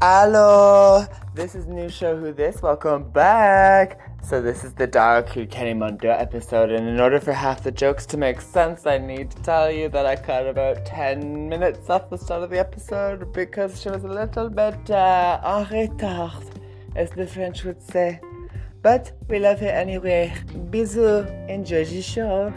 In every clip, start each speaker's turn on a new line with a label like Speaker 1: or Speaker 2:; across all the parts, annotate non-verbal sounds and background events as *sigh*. Speaker 1: Hello, this is new show Who This. Welcome back. So this is the Dark Who Kenny Mundo episode, and in order for half the jokes to make sense, I need to tell you that I cut about ten minutes off the start of the episode because she was a little bit uh, en retard, as the French would say. But we love her anyway. Bisous. Enjoy the show.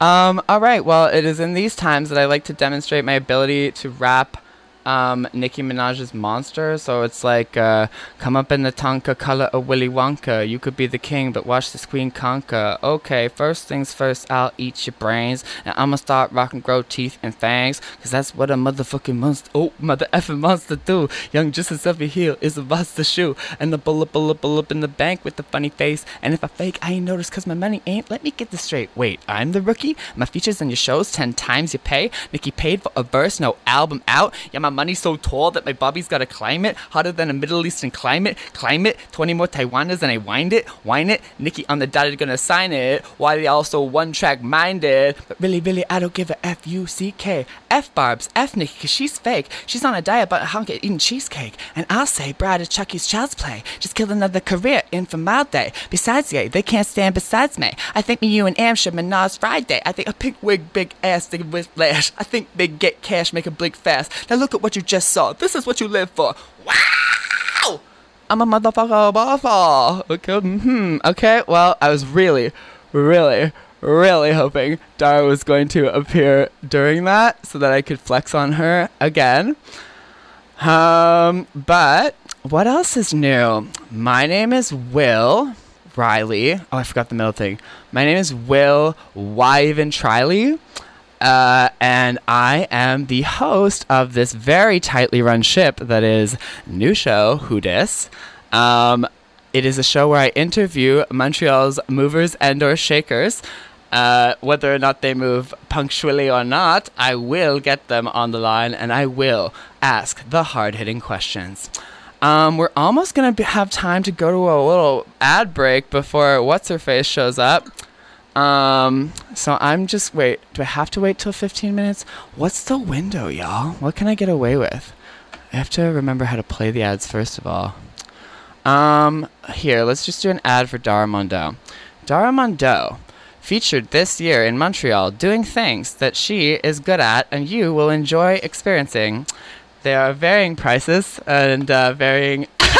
Speaker 1: Um, all right. Well, it is in these times that I like to demonstrate my ability to rap um, Nicki Minaj's "Monster." So it's like, uh, "Come up in the Tonka, color a Willy Wonka. You could be the king, but watch this queen conquer." Okay, first things first, I'll eat your brains, and I'ma start rocking, grow teeth and fangs, cause that's what a motherfucking monster. Oh, mother effing monster do. Young just as every heel is a monster shoe, and the bullet, bullet, bullet in the bank with the funny face. And if I fake, I ain't noticed cause my money ain't. Let me get this straight. Wait, I'm the rookie. My features on your shows ten times your pay. Nikki paid for a verse, no album out. Yeah, my money's so tall that my Bobby's gotta climb it. Hotter than a Middle Eastern climate. Climb it. Twenty more Taiwaners and I wind it. Wine it. Nikki on the dotted gonna sign it. Why they also one track minded? But really, really, I don't give a f u c k. F Barb's F Nikki, cause she's fake. She's on a diet but a hunk at eating cheesecake. And I'll say, bride of Chucky's child's play. Just killed another career in for mild day. Besides, yay, they can't stand besides me. I think me, you, and Am should menage Friday. I think a pink wig, big ass, nigga with flash. I think big get cash, make a blink fast. Now look at what you just saw. This is what you live for. Wow! I'm a motherfucker waffle. Okay, hmm. Okay, well, I was really, really, really hoping Dara was going to appear during that so that I could flex on her again. Um, but what else is new? My name is Will Riley. Oh, I forgot the middle thing. My name is Will Wyven Triley. Uh, and I am the host of this very tightly run ship that is New Show Who Dis. Um, it is a show where I interview Montreal's movers and or shakers. Uh, whether or not they move punctually or not, I will get them on the line and I will ask the hard hitting questions. Um, we're almost gonna be- have time to go to a little ad break before what's her face shows up. Um, so I'm just wait. Do I have to wait till 15 minutes? What's the window, y'all? What can I get away with? I have to remember how to play the ads first of all. Um, here, let's just do an ad for Dara Mondo. Dara Mondo, featured this year in Montreal, doing things that she is good at and you will enjoy experiencing. There are varying prices and uh, varying. *laughs*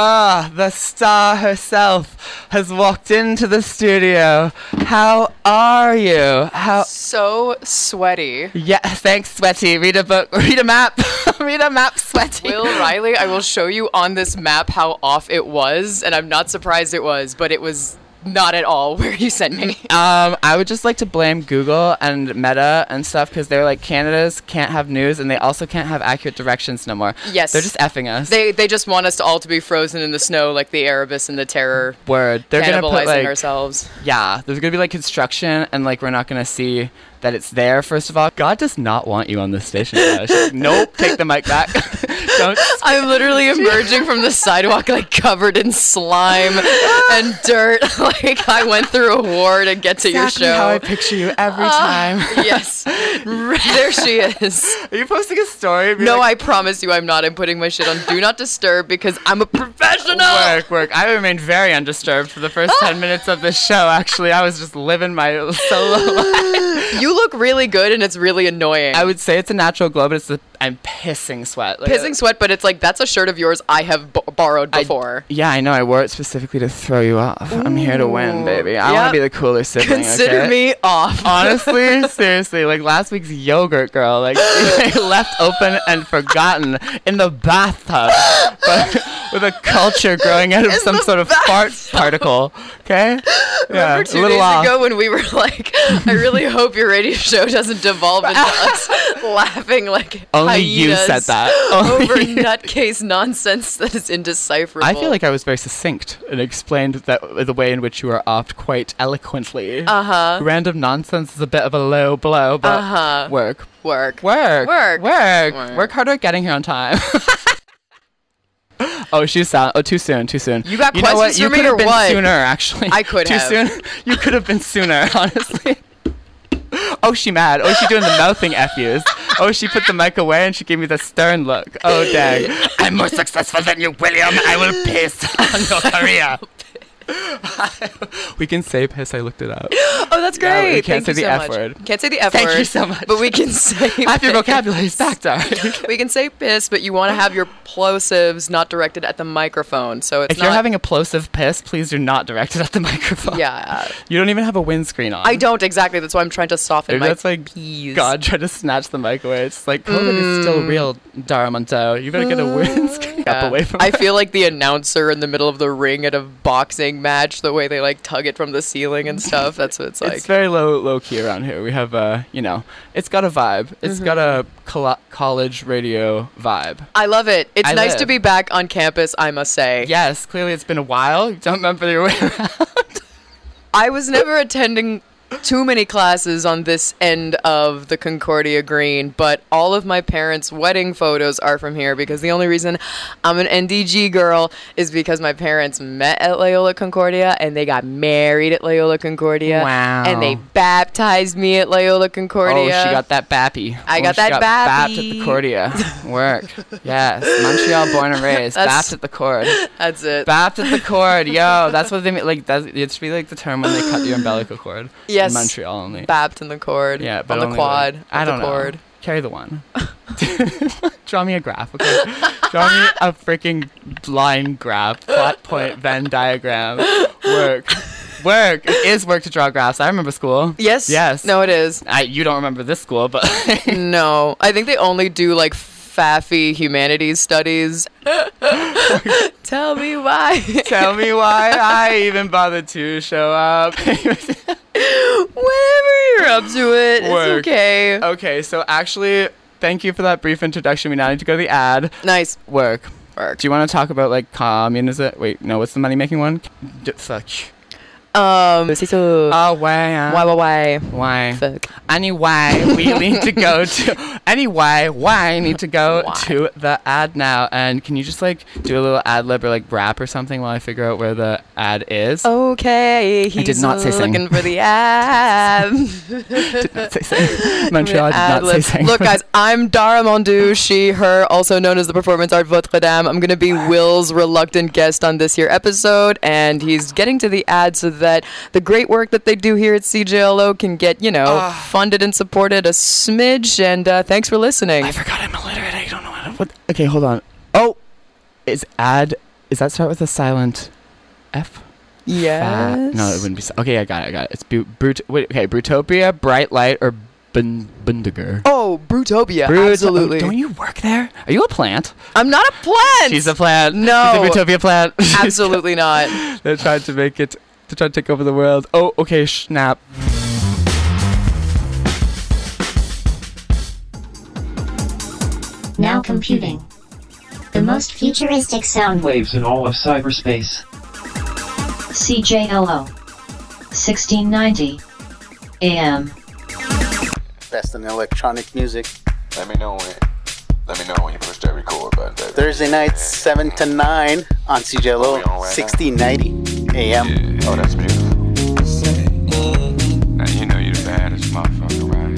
Speaker 1: Ah, the star herself has walked into the studio. How are you? How
Speaker 2: so sweaty.
Speaker 1: Yeah, thanks, Sweaty. Read a book. *laughs* Read a map. read a map, Sweaty.
Speaker 2: Will Riley, I will show you on this map how off it was, and I'm not surprised it was, but it was not at all *laughs* where you sent me.
Speaker 1: Um, I would just like to blame Google and Meta and stuff because they're like Canada's can't have news and they also can't have accurate directions no more.
Speaker 2: Yes.
Speaker 1: they're just effing us.
Speaker 2: They they just want us to all to be frozen in the snow like the Erebus and the Terror,
Speaker 1: Word. They're gonna
Speaker 2: cannibalizing
Speaker 1: put like
Speaker 2: ourselves.
Speaker 1: yeah. There's gonna be like construction and like we're not gonna see that it's there. First of all, God does not want you on this station. *laughs* Josh. nope. Take the mic back. *laughs* Don't
Speaker 2: I'm literally emerging from the sidewalk like covered in slime and dirt. *laughs* like I went through a war to get to
Speaker 1: exactly
Speaker 2: your show.
Speaker 1: how I picture you every time.
Speaker 2: yes, there she is.
Speaker 1: *laughs* Are you posting a story?
Speaker 2: No, I promise you I'm not. I'm putting my shit on Do Not Disturb because
Speaker 1: *laughs*
Speaker 2: I'm a professional.
Speaker 1: Work, work. I remained very undisturbed for the first 10 minutes of this show, actually. I was just living my *laughs* solo life.
Speaker 2: You look really good and it's really annoying.
Speaker 1: I
Speaker 2: I'm
Speaker 1: would say it's a natural glow, but it's the, I'm pissing sweat. Like, uh,
Speaker 2: pissing sweat, but it's like that's a shirt of yours I have b- borrowed
Speaker 1: *laughs*
Speaker 2: before.
Speaker 1: Yeah, I know. I wore it specifically to throw you off. I'm here to win, baby. I want
Speaker 2: Yep.
Speaker 1: to be the cooler sibling.
Speaker 2: Consider
Speaker 1: okay?
Speaker 2: me *laughs* off.
Speaker 1: Honestly, seriously, like last week's yogurt girl, like *laughs* left open and forgotten in the bathtub, but *laughs* with a culture growing out of some
Speaker 2: the
Speaker 1: sort of fart particle. Okay, yeah,
Speaker 2: *laughs* Remember two days ago when we were like, I really hope your radio show doesn't devolve
Speaker 1: *laughs*
Speaker 2: into us laughing like
Speaker 1: Only you said
Speaker 2: hyenas
Speaker 1: that. *laughs* Only
Speaker 2: over
Speaker 1: you.
Speaker 2: nutcase nonsense that is indecipherable.
Speaker 1: I feel like I was very succinct and explained that the way in which you were offed quite eloquently. Uh huh. Random nonsense is a bit of a low blow, but
Speaker 2: Uh-huh.
Speaker 1: work,
Speaker 2: work.
Speaker 1: work, work,
Speaker 2: Work. Work.
Speaker 1: work harder at getting here on time. *laughs* Oh, she's sound. Oh, too soon. Too soon.
Speaker 2: You got
Speaker 1: know what?
Speaker 2: questions for
Speaker 1: You
Speaker 2: me
Speaker 1: could
Speaker 2: or
Speaker 1: have been
Speaker 2: what?
Speaker 1: sooner, actually.
Speaker 2: I could
Speaker 1: too
Speaker 2: have.
Speaker 1: soon. *laughs* You could have been sooner, *laughs* honestly. Oh, she mad. Oh, she doing the mouth thing F yous. Oh, she put the mic away and she gave me the stern look. Oh, dang. I'm more successful than you, William. I will piss *laughs* on your
Speaker 2: *laughs*
Speaker 1: career. *laughs* we can say piss. I looked it up.
Speaker 2: Oh, that's
Speaker 1: Yeah, we
Speaker 2: great.
Speaker 1: can't
Speaker 2: Thank
Speaker 1: say
Speaker 2: you
Speaker 1: the
Speaker 2: so
Speaker 1: F
Speaker 2: much.
Speaker 1: word.
Speaker 2: Can't say the F
Speaker 1: Thank
Speaker 2: word.
Speaker 1: you so much.
Speaker 2: But
Speaker 1: *laughs*
Speaker 2: we can say
Speaker 1: Half
Speaker 2: *laughs*
Speaker 1: your
Speaker 2: piss.
Speaker 1: vocabulary is back, Darren.
Speaker 2: We can say piss, but you want to have your plosives not directed at the microphone. So it's
Speaker 1: If
Speaker 2: not
Speaker 1: you're having a plosive piss, please do not direct it at the *laughs* microphone.
Speaker 2: *laughs* Yeah.
Speaker 1: You don't even have a windscreen on.
Speaker 2: I don't exactly. That's why I'm trying to soften
Speaker 1: Maybe
Speaker 2: my
Speaker 1: that's like
Speaker 2: P's.
Speaker 1: God tried to snatch the mic away. It's like COVID is still real, Dara Monto. You better get a windscreen
Speaker 2: Mm. Yeah.
Speaker 1: up away from
Speaker 2: I
Speaker 1: her.
Speaker 2: feel like the announcer in the middle of the ring at a boxing match, the way they like tug it from the ceiling and stuff. That's what it's like.
Speaker 1: it's very low low key around here. We have uh, you know, it's got a vibe. It's
Speaker 2: Mm-hmm.
Speaker 1: got a col- college radio vibe.
Speaker 2: I love it. It's
Speaker 1: I
Speaker 2: nice to
Speaker 1: live.
Speaker 2: be back on campus, I must say.
Speaker 1: Yes, clearly it's been a while. *laughs* You don't remember your way around.
Speaker 2: I was never attending too many classes on this end of the Concordia Green, but all of my parents' wedding photos are from here because the only reason I'm an NDG girl is because my parents met at Loyola Concordia and they got married at Loyola Concordia.
Speaker 1: Wow.
Speaker 2: And they baptized me at Loyola Concordia.
Speaker 1: Oh, she got that bappy.
Speaker 2: I
Speaker 1: Oh,
Speaker 2: got
Speaker 1: she
Speaker 2: that
Speaker 1: bapped at
Speaker 2: bappy.
Speaker 1: the
Speaker 2: *laughs*
Speaker 1: cordia. Work. Yes, Montreal born and raised.
Speaker 2: That's-
Speaker 1: Bapped at the cord.
Speaker 2: That's it.
Speaker 1: Bapped at the cord, yo. That's what they mean. Like that's it should be like the term when they cut your umbilical cord.
Speaker 2: Yes.
Speaker 1: In Montreal only.
Speaker 2: Bapped in the cord.
Speaker 1: yeah, but
Speaker 2: on the
Speaker 1: only like-
Speaker 2: quad. with
Speaker 1: I don't
Speaker 2: the cord.
Speaker 1: know. Carry the one. *laughs* Draw me a graph, okay? Draw me a freaking blind graph, plot point, Venn diagram. Work, work. It is work to draw graphs. I remember school.
Speaker 2: Yes.
Speaker 1: Yes.
Speaker 2: No, it is.
Speaker 1: I, you don't remember this school, but
Speaker 2: *laughs* No, I think they only do like faffy humanities studies.
Speaker 1: *laughs*
Speaker 2: Tell me why.
Speaker 1: tell me
Speaker 2: *laughs*
Speaker 1: why I even bothered to show up. *laughs*
Speaker 2: Whenever you're up to it,
Speaker 1: Work. Oh.
Speaker 2: it's okay.
Speaker 1: okay, so actually, thank you for that brief introduction. We now need to go to the ad.
Speaker 2: Nice
Speaker 1: Work.
Speaker 2: work.
Speaker 1: Do you want to talk about like communism? Wait, no, what's the money making one? D- fuck.
Speaker 2: Um, see, so
Speaker 1: Oh, why?
Speaker 2: why,
Speaker 1: uh,
Speaker 2: why, why?
Speaker 1: Why?
Speaker 2: Fuck.
Speaker 1: Anyway, *laughs* we need to
Speaker 2: *laughs*
Speaker 1: go to. Anyway, why need to go
Speaker 2: Why?
Speaker 1: to the ad now? And can you just like do a little ad lib or like rap or something while I figure out where the ad is?
Speaker 2: Oh. Okay, he's
Speaker 1: did not say sing.
Speaker 2: looking for the ab.
Speaker 1: *laughs* Did not say sing. Montreal, I did not say
Speaker 2: Ad-lib.
Speaker 1: sing.
Speaker 2: Look, guys, I'm Dara Mondu, she, her, also known as the performance art Votre Dame. I'm going to be Will's reluctant guest on this here episode, and he's getting to the ad so that the great work that they do here at CJLO can get, you know,
Speaker 1: Ah.
Speaker 2: funded and supported a smidge. And uh, thanks for listening.
Speaker 1: I forgot I'm illiterate. I don't know how to. What? Okay, hold on. Oh, is ad? Is that start with a silent F?
Speaker 2: yes.
Speaker 1: Fat- No, it wouldn't be. s- Okay, I got it. I got it. It's bu- brut. Wait, okay, Brutopia, Bright Light, or Bun- Bundiger.
Speaker 2: Oh, Brutopia.
Speaker 1: Brut-
Speaker 2: absolutely.
Speaker 1: Oh, don't you work there? Are you a plant?
Speaker 2: I'm not a plant.
Speaker 1: She's a *laughs* plant.
Speaker 2: No.
Speaker 1: She's a Brutopia plant. *laughs*
Speaker 2: absolutely not.
Speaker 1: They're trying to make it to try to take over the world. Oh, okay, snap.
Speaker 3: Now computing. The most futuristic sound wave.
Speaker 4: waves in all of cyberspace.
Speaker 3: CJLO. 1690. AM.
Speaker 5: That's an electronic music.
Speaker 6: Let me know when. Let me know when you push that record button. Baby.
Speaker 5: Thursday nights, 7 to 9 on
Speaker 6: Are we
Speaker 5: CJLO,
Speaker 6: on right now?
Speaker 5: 1690 AM.
Speaker 6: Oh, that's beautiful. Now you know you're the baddest motherfucker around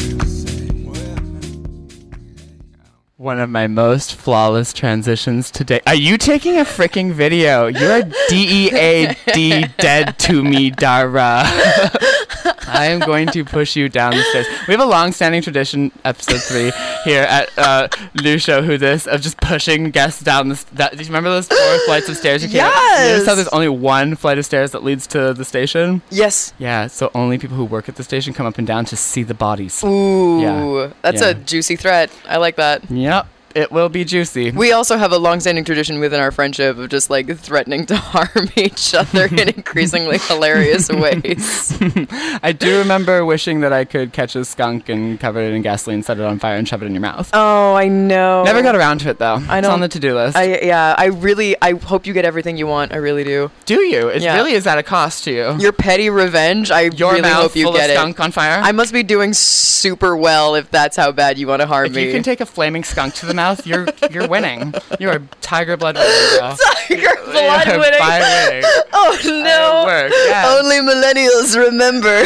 Speaker 1: One of my most flawless transitions today. Are you taking a freaking video? You're D E A
Speaker 2: *laughs*
Speaker 1: D dead to me, Dara. I am going to push you down the stairs. We have a long-standing tradition, episode three, here at uh, Lou Show Who This, of just pushing guests down the. St- that, do you remember those four flights of stairs? You came up- You notice how
Speaker 2: Yes.
Speaker 1: there's only one flight of stairs that leads to the station?
Speaker 2: Yes.
Speaker 1: Yeah, so only people who work at the station come up and down to see the bodies.
Speaker 2: Ooh,
Speaker 1: Yeah.
Speaker 2: that's
Speaker 1: Yeah.
Speaker 2: a juicy threat. I like that.
Speaker 1: Yep, it will be juicy.
Speaker 2: We also have a long-standing tradition within our friendship of just like threatening to *laughs* harm each other in *laughs* increasingly hilarious ways.
Speaker 1: *laughs* I do remember wishing that I could catch a skunk and cover it in gasoline, set it on fire, and shove it in your mouth.
Speaker 2: Oh, I know.
Speaker 1: Never got around to it though.
Speaker 2: I
Speaker 1: it's
Speaker 2: don't-
Speaker 1: on the to-do list.
Speaker 2: I yeah, I really I hope you get everything you want. I really do.
Speaker 1: do you? It
Speaker 2: Yeah.
Speaker 1: really is at a cost to you.
Speaker 2: Your petty revenge, I
Speaker 1: Your
Speaker 2: really
Speaker 1: mouth
Speaker 2: hope you
Speaker 1: full of
Speaker 2: get it.
Speaker 1: skunk on fire.
Speaker 2: I must be doing super well if that's how bad you want to harm
Speaker 1: if
Speaker 2: me. *laughs*
Speaker 1: you can take a flaming skunk to the mouth, you're you're winning. You are tiger blood winning. girl.
Speaker 2: *laughs* Tiger blood
Speaker 1: Yeah, *laughs*
Speaker 2: winning.
Speaker 1: by winning.
Speaker 2: *laughs* Oh no!
Speaker 1: work, yeah.
Speaker 2: Only
Speaker 1: *laughs*
Speaker 2: millennials remember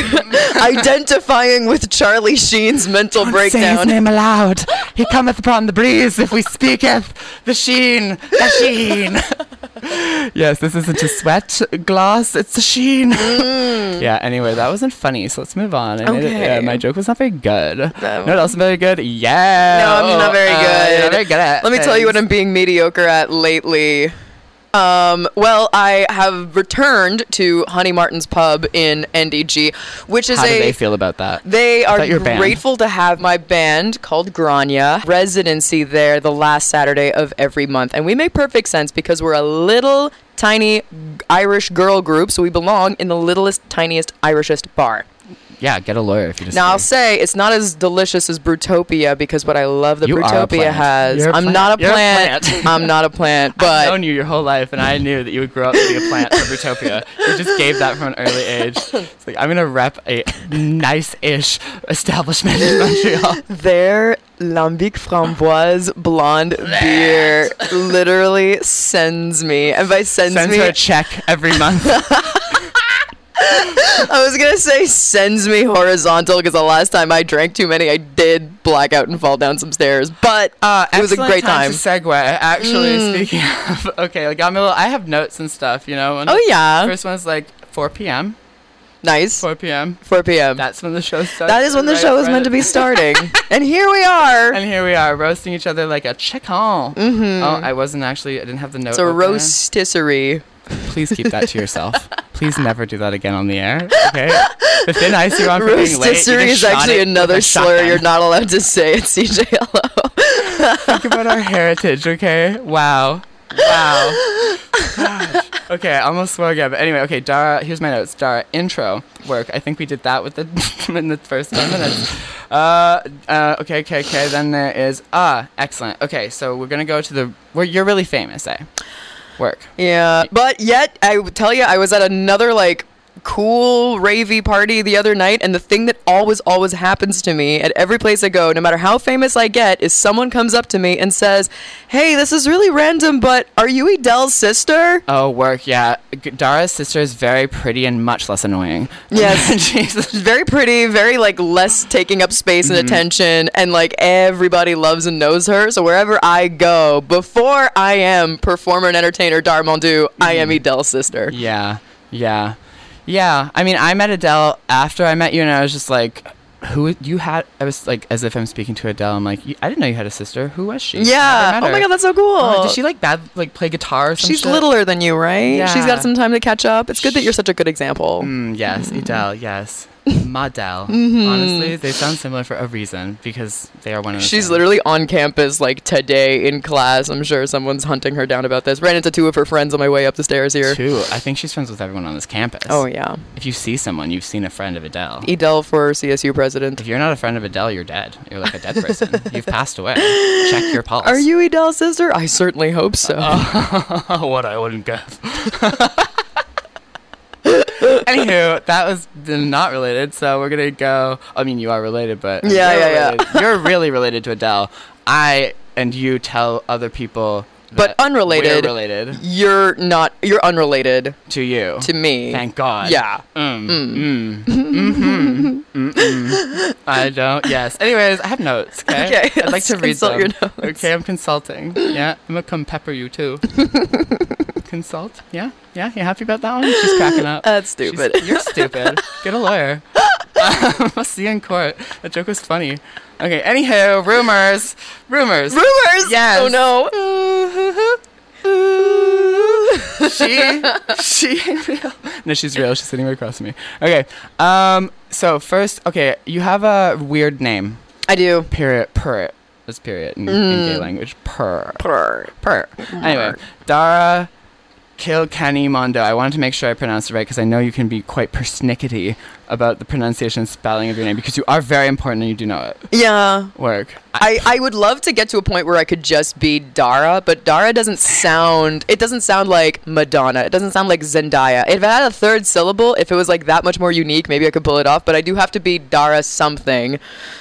Speaker 2: identifying with Charlie Sheen's mental
Speaker 1: Say his
Speaker 2: breakdown.
Speaker 1: name aloud. He cometh upon the breeze if we speaketh. The sheen, the sheen. *laughs* yes, this isn't a sweat glass. It's the sheen. yeah. Anyway, that wasn't funny. So let's move on. I made it- yeah,
Speaker 2: Okay.
Speaker 1: my joke was not very good. No.
Speaker 2: No.
Speaker 1: You know what else is very good? Yeah.
Speaker 2: No, I'm not very
Speaker 1: Uh, you're
Speaker 2: good.
Speaker 1: not very good at.
Speaker 2: Let me tell you what
Speaker 1: things.
Speaker 2: I'm being mediocre at lately. Um, well, I have returned to Honey Martin's Pub in NDG, which is
Speaker 1: How
Speaker 2: a
Speaker 1: do they feel about that?
Speaker 2: They are
Speaker 1: that your band?
Speaker 2: grateful to have my band called Grania residency there the last Saturday of every month. And we make perfect sense because we're a little tiny Irish girl group, so we belong in the littlest, tiniest, Irishest bar.
Speaker 1: Yeah, get a lawyer if you just.
Speaker 2: Now, I'll say it's not as delicious as Brutopia because what I love that
Speaker 1: You are a
Speaker 2: Brutopia
Speaker 1: plant.
Speaker 2: has.
Speaker 1: You're a
Speaker 2: I'm
Speaker 1: plant.
Speaker 2: not a
Speaker 1: You're a
Speaker 2: plant.
Speaker 1: plant.
Speaker 2: *laughs* I'm not
Speaker 1: *laughs*
Speaker 2: a plant,
Speaker 1: I've
Speaker 2: but.
Speaker 1: known you your whole life, and I knew that you would grow up to be a plant for Brutopia. You just gave that from an early age. It's like I'm gonna rep a nice-ish establishment in
Speaker 2: *laughs*
Speaker 1: Montreal.
Speaker 2: Their lambic framboise blonde beer literally sends me, and by sends,
Speaker 1: Sends
Speaker 2: me,
Speaker 1: her a check every
Speaker 2: *laughs*
Speaker 1: month.
Speaker 2: I was gonna say sends me horizontal because the last time I drank too many, I did black out and fall down some stairs. But
Speaker 1: Uh,
Speaker 2: it was a
Speaker 1: excellent
Speaker 2: great time. Mm.
Speaker 1: to segue. Actually, speaking of, *laughs* okay, like I'm a little, I have notes and stuff. You know. and
Speaker 2: oh yeah,
Speaker 1: First one's like 4 p.m.
Speaker 2: nice. 4,
Speaker 1: 4 p.m.
Speaker 2: p.m.
Speaker 1: That's when the show starts.
Speaker 2: that is when the
Speaker 1: right,
Speaker 2: show is
Speaker 1: right.
Speaker 2: meant to
Speaker 1: *laughs*
Speaker 2: be starting, and here we are.
Speaker 1: And here we are roasting each other like a chicken. Mm-hmm. Oh, I wasn't actually. I didn't have the note.
Speaker 2: It's a
Speaker 1: opener.
Speaker 2: roastisserie.
Speaker 1: Please keep that to
Speaker 2: *laughs*
Speaker 1: yourself. Please never do that again on the air. Okay. The thin ice you're on for being late. you
Speaker 2: Roastisserie
Speaker 1: just
Speaker 2: is
Speaker 1: shot
Speaker 2: actually
Speaker 1: it with
Speaker 2: another
Speaker 1: a
Speaker 2: slur
Speaker 1: shotgun.
Speaker 2: you're not allowed to say at CJLO.
Speaker 1: Think about our heritage, okay? Wow. Wow. Gosh. Okay, I almost swore again. But anyway, okay, Dara, here's my notes. Dara, intro work. I think we did that with the *laughs* in the first 10 minutes. Uh, uh, okay, okay, okay. Then there is, ah, excellent. Okay, so we're going to go to the, where you're really famous, eh? Work.
Speaker 2: Yeah, but yet I would tell you, I was at another like cool ravey party the other night, and the thing that always always happens to me at every place I go, no matter how famous I get, is someone comes up to me and says, "Hey, this is really random, but are you Adele's sister?"
Speaker 1: Oh, work, yeah. G- Dara's sister is very pretty and much less annoying.
Speaker 2: Yes. *laughs*
Speaker 1: Jesus.
Speaker 2: Very pretty, very like less taking up space
Speaker 1: Mm-hmm.
Speaker 2: and attention, and like everybody loves and knows her. So wherever I go, before I am performer and entertainer Darmondu, I am
Speaker 1: Mm-hmm.
Speaker 2: Adele's sister.
Speaker 1: Yeah, yeah, yeah. I mean, I met Adele after I met you, and I was just like, "Who i- you had?" I was like, as if I'm speaking to Adele. I'm like, "You- "I didn't know you had a sister. Who was she?"
Speaker 2: Yeah. Oh my god, that's so cool.
Speaker 1: Did she like bad like play guitar? Or some
Speaker 2: She's
Speaker 1: shit?
Speaker 2: littler than you, right? She's
Speaker 1: Yeah.
Speaker 2: got some time to catch up. It's good that you're such a good example.
Speaker 1: Mm, yes, Adele.
Speaker 2: *laughs*
Speaker 1: Yes, Madel.
Speaker 2: Mm-hmm.
Speaker 1: Honestly, they sound similar for a reason because they are one of. The
Speaker 2: She's
Speaker 1: same.
Speaker 2: literally on campus like today in class. I'm sure someone's hunting her down about this. Ran into two of her friends on my way up the stairs here.
Speaker 1: Two. I think she's friends with everyone on this campus.
Speaker 2: Oh yeah.
Speaker 1: If you see someone, you've seen a friend of Adele.
Speaker 2: Edel for CSU president.
Speaker 1: If you're not a friend of Adele, you're dead. You're like a dead
Speaker 2: *laughs*
Speaker 1: person. You've passed away. Check your pulse.
Speaker 2: Are you Edel's sister? I certainly hope
Speaker 1: *laughs*
Speaker 2: so.
Speaker 1: what I wouldn't give. *laughs* Anywho, that was not related, so we're gonna go. I mean, you are related, but
Speaker 2: Yeah,
Speaker 1: you're
Speaker 2: yeah, yeah.
Speaker 1: related. yeah. You're really related to Adele. I and you tell other people,
Speaker 2: But
Speaker 1: that
Speaker 2: unrelated.
Speaker 1: We're related
Speaker 2: you're not you're unrelated
Speaker 1: to you.
Speaker 2: to me.
Speaker 1: Thank God.
Speaker 2: Yeah.
Speaker 1: Mm. Mm. Mm-hmm. Mm-mm.
Speaker 2: *laughs*
Speaker 1: I don't. Yes. Anyways, I have notes. Okay.
Speaker 2: Okay,
Speaker 1: I'd like
Speaker 2: let's
Speaker 1: to read
Speaker 2: consult
Speaker 1: them.
Speaker 2: your notes.
Speaker 1: Okay, I'm consulting. Yeah, I'm gonna come pepper you
Speaker 2: *laughs*
Speaker 1: too. Consult. Yeah. Yeah. You happy about that one? She's cracking up.
Speaker 2: *laughs* That's
Speaker 1: She's- *laughs*
Speaker 2: stupid.
Speaker 1: you're stupid. Get a
Speaker 2: *laughs*
Speaker 1: lawyer. *laughs* I'll see you in court. That joke was funny. Okay. Anywho, rumors. Rumors.
Speaker 2: Rumors.
Speaker 1: Yes.
Speaker 2: Oh no.
Speaker 1: she she *laughs* ain't real. No, she's real. She's sitting right across from me. Okay. Um. So first, okay, you have a weird name.
Speaker 2: *laughs* I do.
Speaker 1: Period. Per. That's period in, in
Speaker 2: Mm.
Speaker 1: gay language. Per. Per. Per. Anyway, Dara Kilkenny Mondo. I wanted to make sure I pronounced it right because I know you can be quite persnickety about the pronunciation and spelling of your name because you are very important and you do know it.
Speaker 2: Yeah.
Speaker 1: Work.
Speaker 2: I, I would love to get to a point where I could just be Dara, but Dara doesn't sound it doesn't sound like Madonna. It doesn't sound like Zendaya. If it had a third syllable, if it was like that much more unique, maybe I could pull it off, but I do have to be Dara something.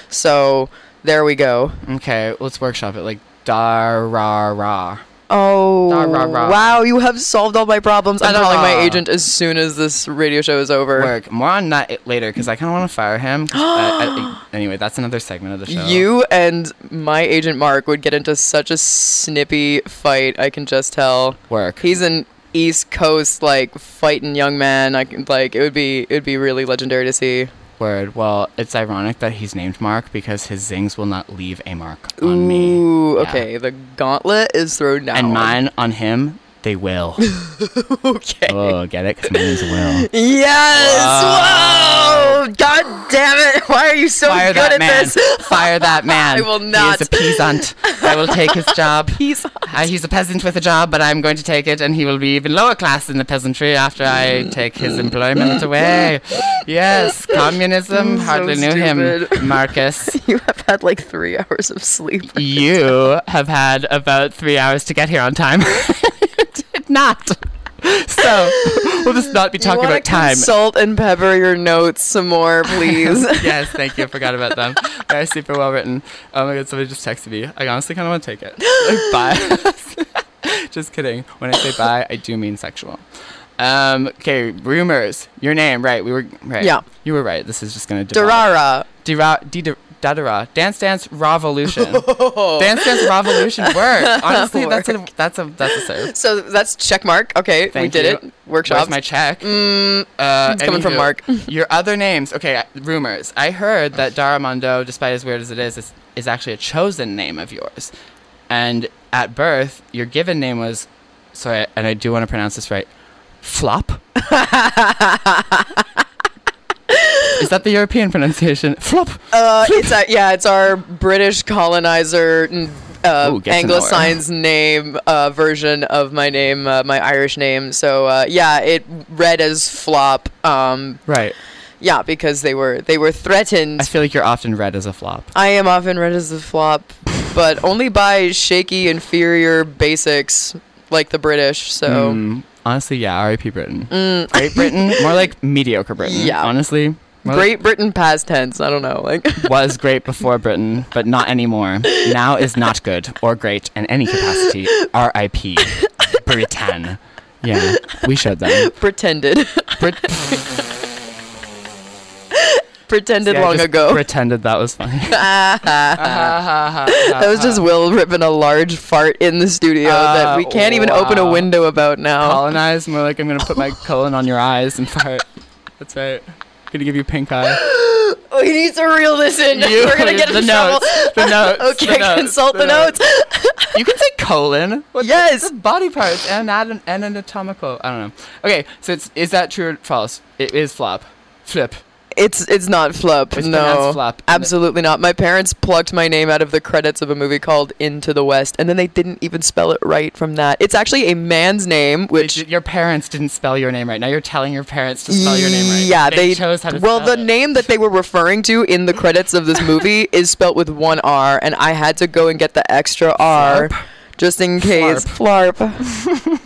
Speaker 2: So there we go.
Speaker 1: Okay, let's workshop it. Like da ra ra.
Speaker 2: Oh,
Speaker 1: Rah, rah, rah.
Speaker 2: wow! You have solved all my problems. I'm
Speaker 1: Da,
Speaker 2: calling my
Speaker 1: rah.
Speaker 2: agent as soon as this radio show is over.
Speaker 1: Work. More on that i- later because I kind of want to fire
Speaker 2: *gasps*
Speaker 1: him. 'cause, uh, I- anyway, that's another segment of the show.
Speaker 2: You and my agent Mark would get into such a snippy fight. I can just tell.
Speaker 1: work.
Speaker 2: He's an East Coast like fighting young man. I can, like it would be it would be really legendary to see.
Speaker 1: Word. Well, it's ironic that he's named Mark because his zings will not leave a mark on me.
Speaker 2: Ooh,
Speaker 1: Yeah.
Speaker 2: okay. The gauntlet is thrown down.
Speaker 1: And mine on him, they will.
Speaker 2: *laughs* Okay.
Speaker 1: oh, get it? Because my name's
Speaker 2: *laughs*
Speaker 1: Will.
Speaker 2: Yes! Whoa! God damn it! Why are you so
Speaker 1: Fire
Speaker 2: good
Speaker 1: that
Speaker 2: at
Speaker 1: man.
Speaker 2: this? *laughs*
Speaker 1: Fire that man.
Speaker 2: I will
Speaker 1: He is
Speaker 2: not.
Speaker 1: a peasant. I will take his
Speaker 2: *laughs*
Speaker 1: job.
Speaker 2: He's
Speaker 1: Uh, he's a peasant with a job, but I'm going to take it, and he will be even lower class in the peasantry after I take his employment away.
Speaker 2: *laughs*
Speaker 1: Yes, communism
Speaker 2: So
Speaker 1: hardly knew
Speaker 2: stupid. *laughs*
Speaker 1: him, Marcus.
Speaker 2: you have had like three hours of sleep.
Speaker 1: You have had about three hours to get here on time. *laughs* You Did not. So we'll just not be
Speaker 2: You
Speaker 1: talking
Speaker 2: wanna
Speaker 1: about time.
Speaker 2: Consult and pepper your notes some
Speaker 1: *laughs*
Speaker 2: more, please.
Speaker 1: yes, thank you. I forgot about them. They're super well written. Oh my god, somebody just texted me. I honestly kind of want to take it. Like, bye. *laughs* just kidding. When I say bye, I do mean sexual. Um, okay, rumors. Your name, right? We were right.
Speaker 2: Yeah.
Speaker 1: you were right. This is just gonna devolve.
Speaker 2: Durara.
Speaker 1: Dera- de- de- Dadara. Dance Dance Revolution. Dance Dance Revolution. Work. Honestly, that's a that's a that's a serve.
Speaker 2: So that's check mark. Okay, we
Speaker 1: Thank
Speaker 2: did
Speaker 1: you.
Speaker 2: it.
Speaker 1: Where's
Speaker 2: Workshop.
Speaker 1: my check? uh,
Speaker 2: it's coming from
Speaker 1: anywho,
Speaker 2: Mark. *laughs*
Speaker 1: your other names. Okay, I- rumors. I heard that Daramondo, despite as weird as it is, is, is actually a chosen name of yours. And at birth, your given name was, sorry, and I do want to pronounce this right,
Speaker 2: *laughs*
Speaker 1: Flop? is that the European pronunciation? Flop.
Speaker 2: uh, it's a, yeah, it's our British colonizer. n- Uh,
Speaker 1: Ooh, get to know her.
Speaker 2: Anglicized name uh, version of my name, uh, my Irish name. So uh, yeah, it read as flop. Um,
Speaker 1: Right.
Speaker 2: yeah, because they were they were threatened.
Speaker 1: I feel like you're often read as a flop.
Speaker 2: I am often read as the flop, but only by shaky, inferior basics like the British. So
Speaker 1: Mm, honestly, yeah, RIP Britain. Great Britain, more like mediocre Britain.
Speaker 2: Mm. *laughs* Yeah.
Speaker 1: Honestly. more like-
Speaker 2: Great Britain past tense. I don't know. Like *laughs*
Speaker 1: was great before Britain, but not anymore. Now is not good or great in any capacity. R.I.P. Britain. Yeah, we showed them.
Speaker 2: pretended, *laughs*
Speaker 1: Brit-
Speaker 2: pretended
Speaker 1: Yeah, I
Speaker 2: long
Speaker 1: just
Speaker 2: ago.
Speaker 1: Pretended that was
Speaker 2: *laughs*
Speaker 1: funny.
Speaker 2: that was
Speaker 1: uh,
Speaker 2: just Will ripping a large fart in the studio that we can't even open a
Speaker 1: Uh, wow.
Speaker 2: window about now.
Speaker 1: Colonized, more like I'm gonna put my colon on your eyes and fart. That's right. Gonna give you pink eye.
Speaker 2: We need Oh, to reel this in.
Speaker 1: You-
Speaker 2: We're gonna get
Speaker 1: the
Speaker 2: in
Speaker 1: notes,
Speaker 2: trouble.
Speaker 1: the notes, the
Speaker 2: *laughs* okay,
Speaker 1: notes,
Speaker 2: consult
Speaker 1: the
Speaker 2: the notes.
Speaker 1: You can say colon. What
Speaker 2: yes.
Speaker 1: body parts and anat- and anatomical. I don't know. Okay, so it's is that true or false? It is flop. Flip.
Speaker 2: It's it's not flop.
Speaker 1: It's
Speaker 2: no,
Speaker 1: pronounced flop.
Speaker 2: absolutely not. My parents plucked my name out of the credits of a movie called Into the West, and then they didn't even spell it right from that. It's actually a man's name, which
Speaker 1: Did- your parents didn't spell your name right. Now you're telling your parents to spell your name right.
Speaker 2: Yeah,
Speaker 1: they,
Speaker 2: they,
Speaker 1: chose how to
Speaker 2: Well,
Speaker 1: spell
Speaker 2: the
Speaker 1: it.
Speaker 2: name that they were referring to in the credits of this
Speaker 1: *laughs*
Speaker 2: movie is spelt with one R, and I had to go and get the extra R just in case. Flarp.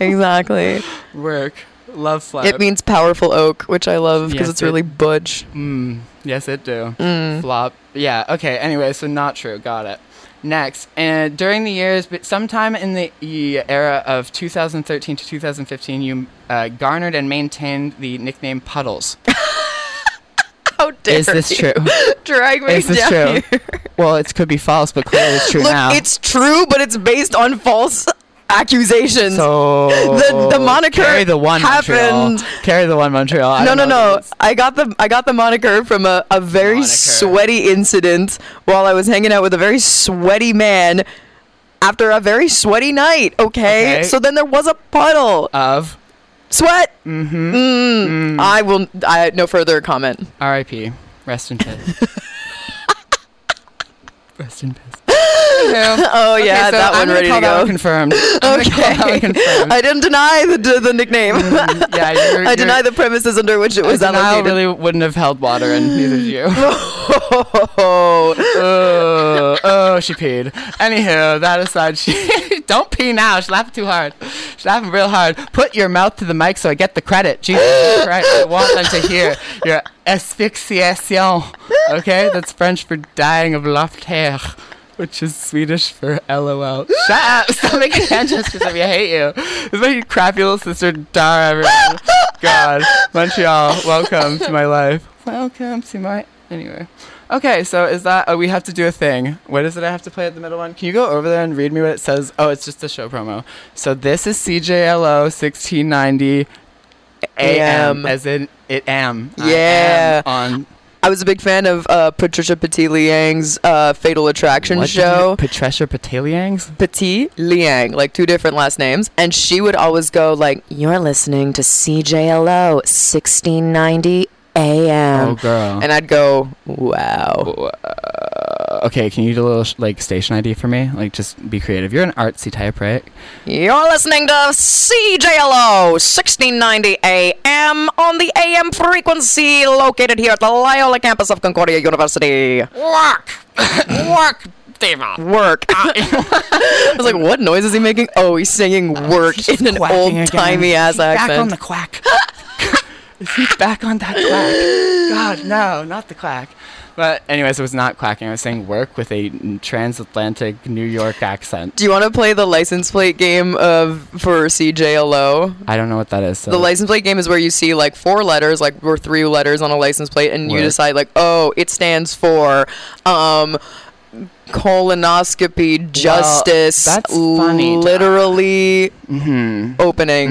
Speaker 1: *laughs*
Speaker 2: exactly.
Speaker 1: work. Love flap.
Speaker 2: It means powerful oak, which I love because
Speaker 1: Yes,
Speaker 2: it's
Speaker 1: it-
Speaker 2: really butch.
Speaker 1: mm, yes, it do. Flop. Yeah. Okay. Anyway, so not true. Got it. Next, and during the years, but sometime in the e- era of 2013 to 2015, you uh, garnered and maintained the nickname Puddles.
Speaker 2: How dare
Speaker 1: Is this *laughs*
Speaker 2: you
Speaker 1: true?
Speaker 2: drag me
Speaker 1: Is this
Speaker 2: down
Speaker 1: true?
Speaker 2: here.
Speaker 1: Well, it could be false, but clearly it's true
Speaker 2: Look,
Speaker 1: now.
Speaker 2: it's true, but it's based on false *laughs* accusations.
Speaker 1: so oh,
Speaker 2: the- the moniker
Speaker 1: carry *laughs* the one
Speaker 2: happened.
Speaker 1: Montreal. Carry the one Montreal. I
Speaker 2: no, no,
Speaker 1: don't know what it
Speaker 2: no.
Speaker 1: is.
Speaker 2: I got the I got the moniker from a, a very
Speaker 1: Moniker.
Speaker 2: sweaty incident while I was hanging out with a very sweaty man after a very sweaty night. Okay,
Speaker 1: Okay.
Speaker 2: so then there was a puddle.
Speaker 1: Of
Speaker 2: Sweat. Mm-hmm.
Speaker 1: Mm.
Speaker 2: I will. I no further
Speaker 1: *laughs*
Speaker 2: comment.
Speaker 1: R.I.P. Rest in *laughs* peace. Rest in peace. oh
Speaker 2: Oh yeah, that one ready to
Speaker 1: *laughs*
Speaker 2: go.
Speaker 1: confirmed. I'm gonna call that one
Speaker 2: *laughs*
Speaker 1: *laughs*
Speaker 2: Okay.
Speaker 1: confirmed. Mm-hmm.
Speaker 2: I didn't deny the the, the nickname.
Speaker 1: yeah, you're,
Speaker 2: *laughs* I deny the premises under which it was
Speaker 1: denial
Speaker 2: allocated.
Speaker 1: really wouldn't have held water, and neither did *laughs* you. *laughs* oh, oh, she peed. Anywho, that aside, she *laughs* don't pee now. She's laughing too hard. She's laughing real hard. Put your mouth to the mic so I get the credit. Jesus Christ, I want them to hear your asphyxiation. Okay, that's French for dying of laughter. which is Swedish for LOL. Shut up! *laughs* Stop making hand gestures at me. I hate you. This is my crappy little sister Dara. Everyone. God, Montreal, welcome to my life. Welcome to my anyway. Okay, so is that? Oh, we have to do a thing. What is it? I have to play at the middle one. Can you go over there and read me what it says? Oh, it's just a show promo. So this is CJLO 1690 AM,
Speaker 2: AM.
Speaker 1: as in it am. I
Speaker 2: Yeah.
Speaker 1: am on
Speaker 2: I was a big fan of uh, Patricia Petit Liang's uh, Fatal Attraction
Speaker 1: What did you-
Speaker 2: show.
Speaker 1: Patricia Pataliangs.
Speaker 2: Petit Liang, like two different last names, and she would always go like, "You're listening to CJLO 1690 AM,"
Speaker 1: Oh, girl.
Speaker 2: and I'd go, "Wow."
Speaker 1: Uh, Okay, can you do a little sh- like station ID for me? Like, just be creative. You're an artsy type, right?
Speaker 2: You're listening to CJLO 1690 AM on the AM frequency located here at the Loyola campus of Concordia University.
Speaker 1: Work, *coughs* work, Deva.
Speaker 2: Work. *laughs* I was like, what noise is he making? Oh, he's singing work in an old timey ass accent.
Speaker 1: Back on the quack. *laughs* Is he back on that quack? God, no, not the quack. But anyways, it was not quacking. I was saying work with a n- transatlantic New York accent.
Speaker 2: Do you want to play the license plate game of for CJLO?
Speaker 1: I don't know what that is. So.
Speaker 2: The license plate game is where you see like four letters, like or three letters on a license plate, and you
Speaker 1: Right.
Speaker 2: decide like, oh, it stands for um, colonoscopy, justice,
Speaker 1: that's funny, Doc.
Speaker 2: literally opening.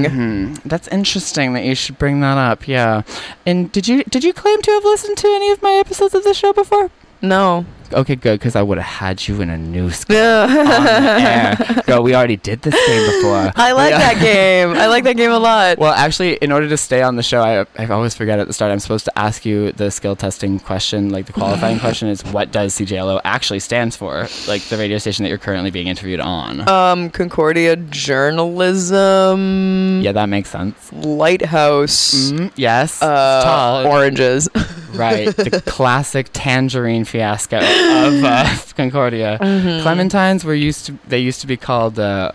Speaker 1: mm-hmm. That's interesting that you should bring that up. Yeah. And did you did you claim to have listened to any of my episodes of this show before?
Speaker 2: No,
Speaker 1: Okay, good, because I would have had you in a noose. on the air. "Eh, Girl, we already did this game before.
Speaker 2: *laughs* I like that game. I like that game a lot.
Speaker 1: *laughs* Well, actually, in order to stay on the show, I, I always forget at the start. I'm supposed to ask you the skill testing question, like the
Speaker 2: *laughs*
Speaker 1: qualifying question is what does CJLO actually stands for? Like the radio station that you're currently being interviewed on.
Speaker 2: Um, Concordia journalism,
Speaker 1: yeah, that makes sense.
Speaker 2: lighthouse,
Speaker 1: Mm, yes.
Speaker 2: uh,
Speaker 1: tall.
Speaker 2: oranges.
Speaker 1: Right,
Speaker 2: *laughs*
Speaker 1: the classic tangerine fiasco of uh, *laughs* Concordia.
Speaker 2: Mm.
Speaker 1: Clementines were used to they used to be called uh,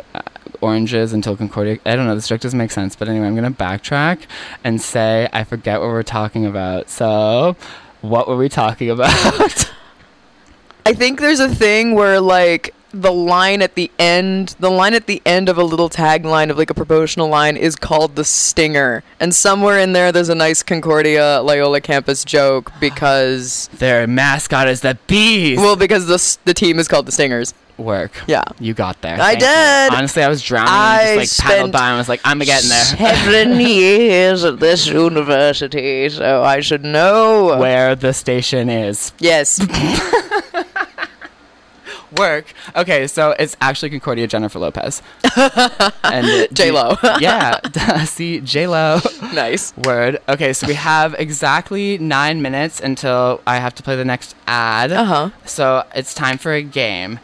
Speaker 1: oranges until Concordia. I don't know. This joke doesn't make sense, but anyway, I'm gonna backtrack and say I forget what we're talking about. So, what were we talking about? *laughs*
Speaker 2: I think there's a thing where like the line at the end, the line at the end of a little tagline of like a promotional line is called the stinger. And somewhere in there there's a nice Concordia Loyola campus joke
Speaker 1: *sighs*
Speaker 2: because
Speaker 1: Their mascot is the bees.
Speaker 2: well because the s- the team is called the Stingers.
Speaker 1: Work.
Speaker 2: Yeah.
Speaker 1: You got there.
Speaker 2: I
Speaker 1: Thank you.
Speaker 2: did.
Speaker 1: Honestly, I was drowning.
Speaker 2: I
Speaker 1: I just like paddled
Speaker 2: spent
Speaker 1: by and was like, I'm getting there.
Speaker 2: *laughs* Seven years at this university, so I should know.
Speaker 1: *laughs* Where the station is.
Speaker 2: Yes. *laughs*
Speaker 1: work. Okay, so it's actually Concordia Jennifer
Speaker 2: *laughs*
Speaker 1: Lopez. and uh,
Speaker 2: J-Lo.
Speaker 1: yeah. *laughs* See J Lo.
Speaker 2: nice.
Speaker 1: Word. Okay, so we have exactly nine minutes until I have to play the next ad.
Speaker 2: Uh-huh.
Speaker 1: So it's time for a game.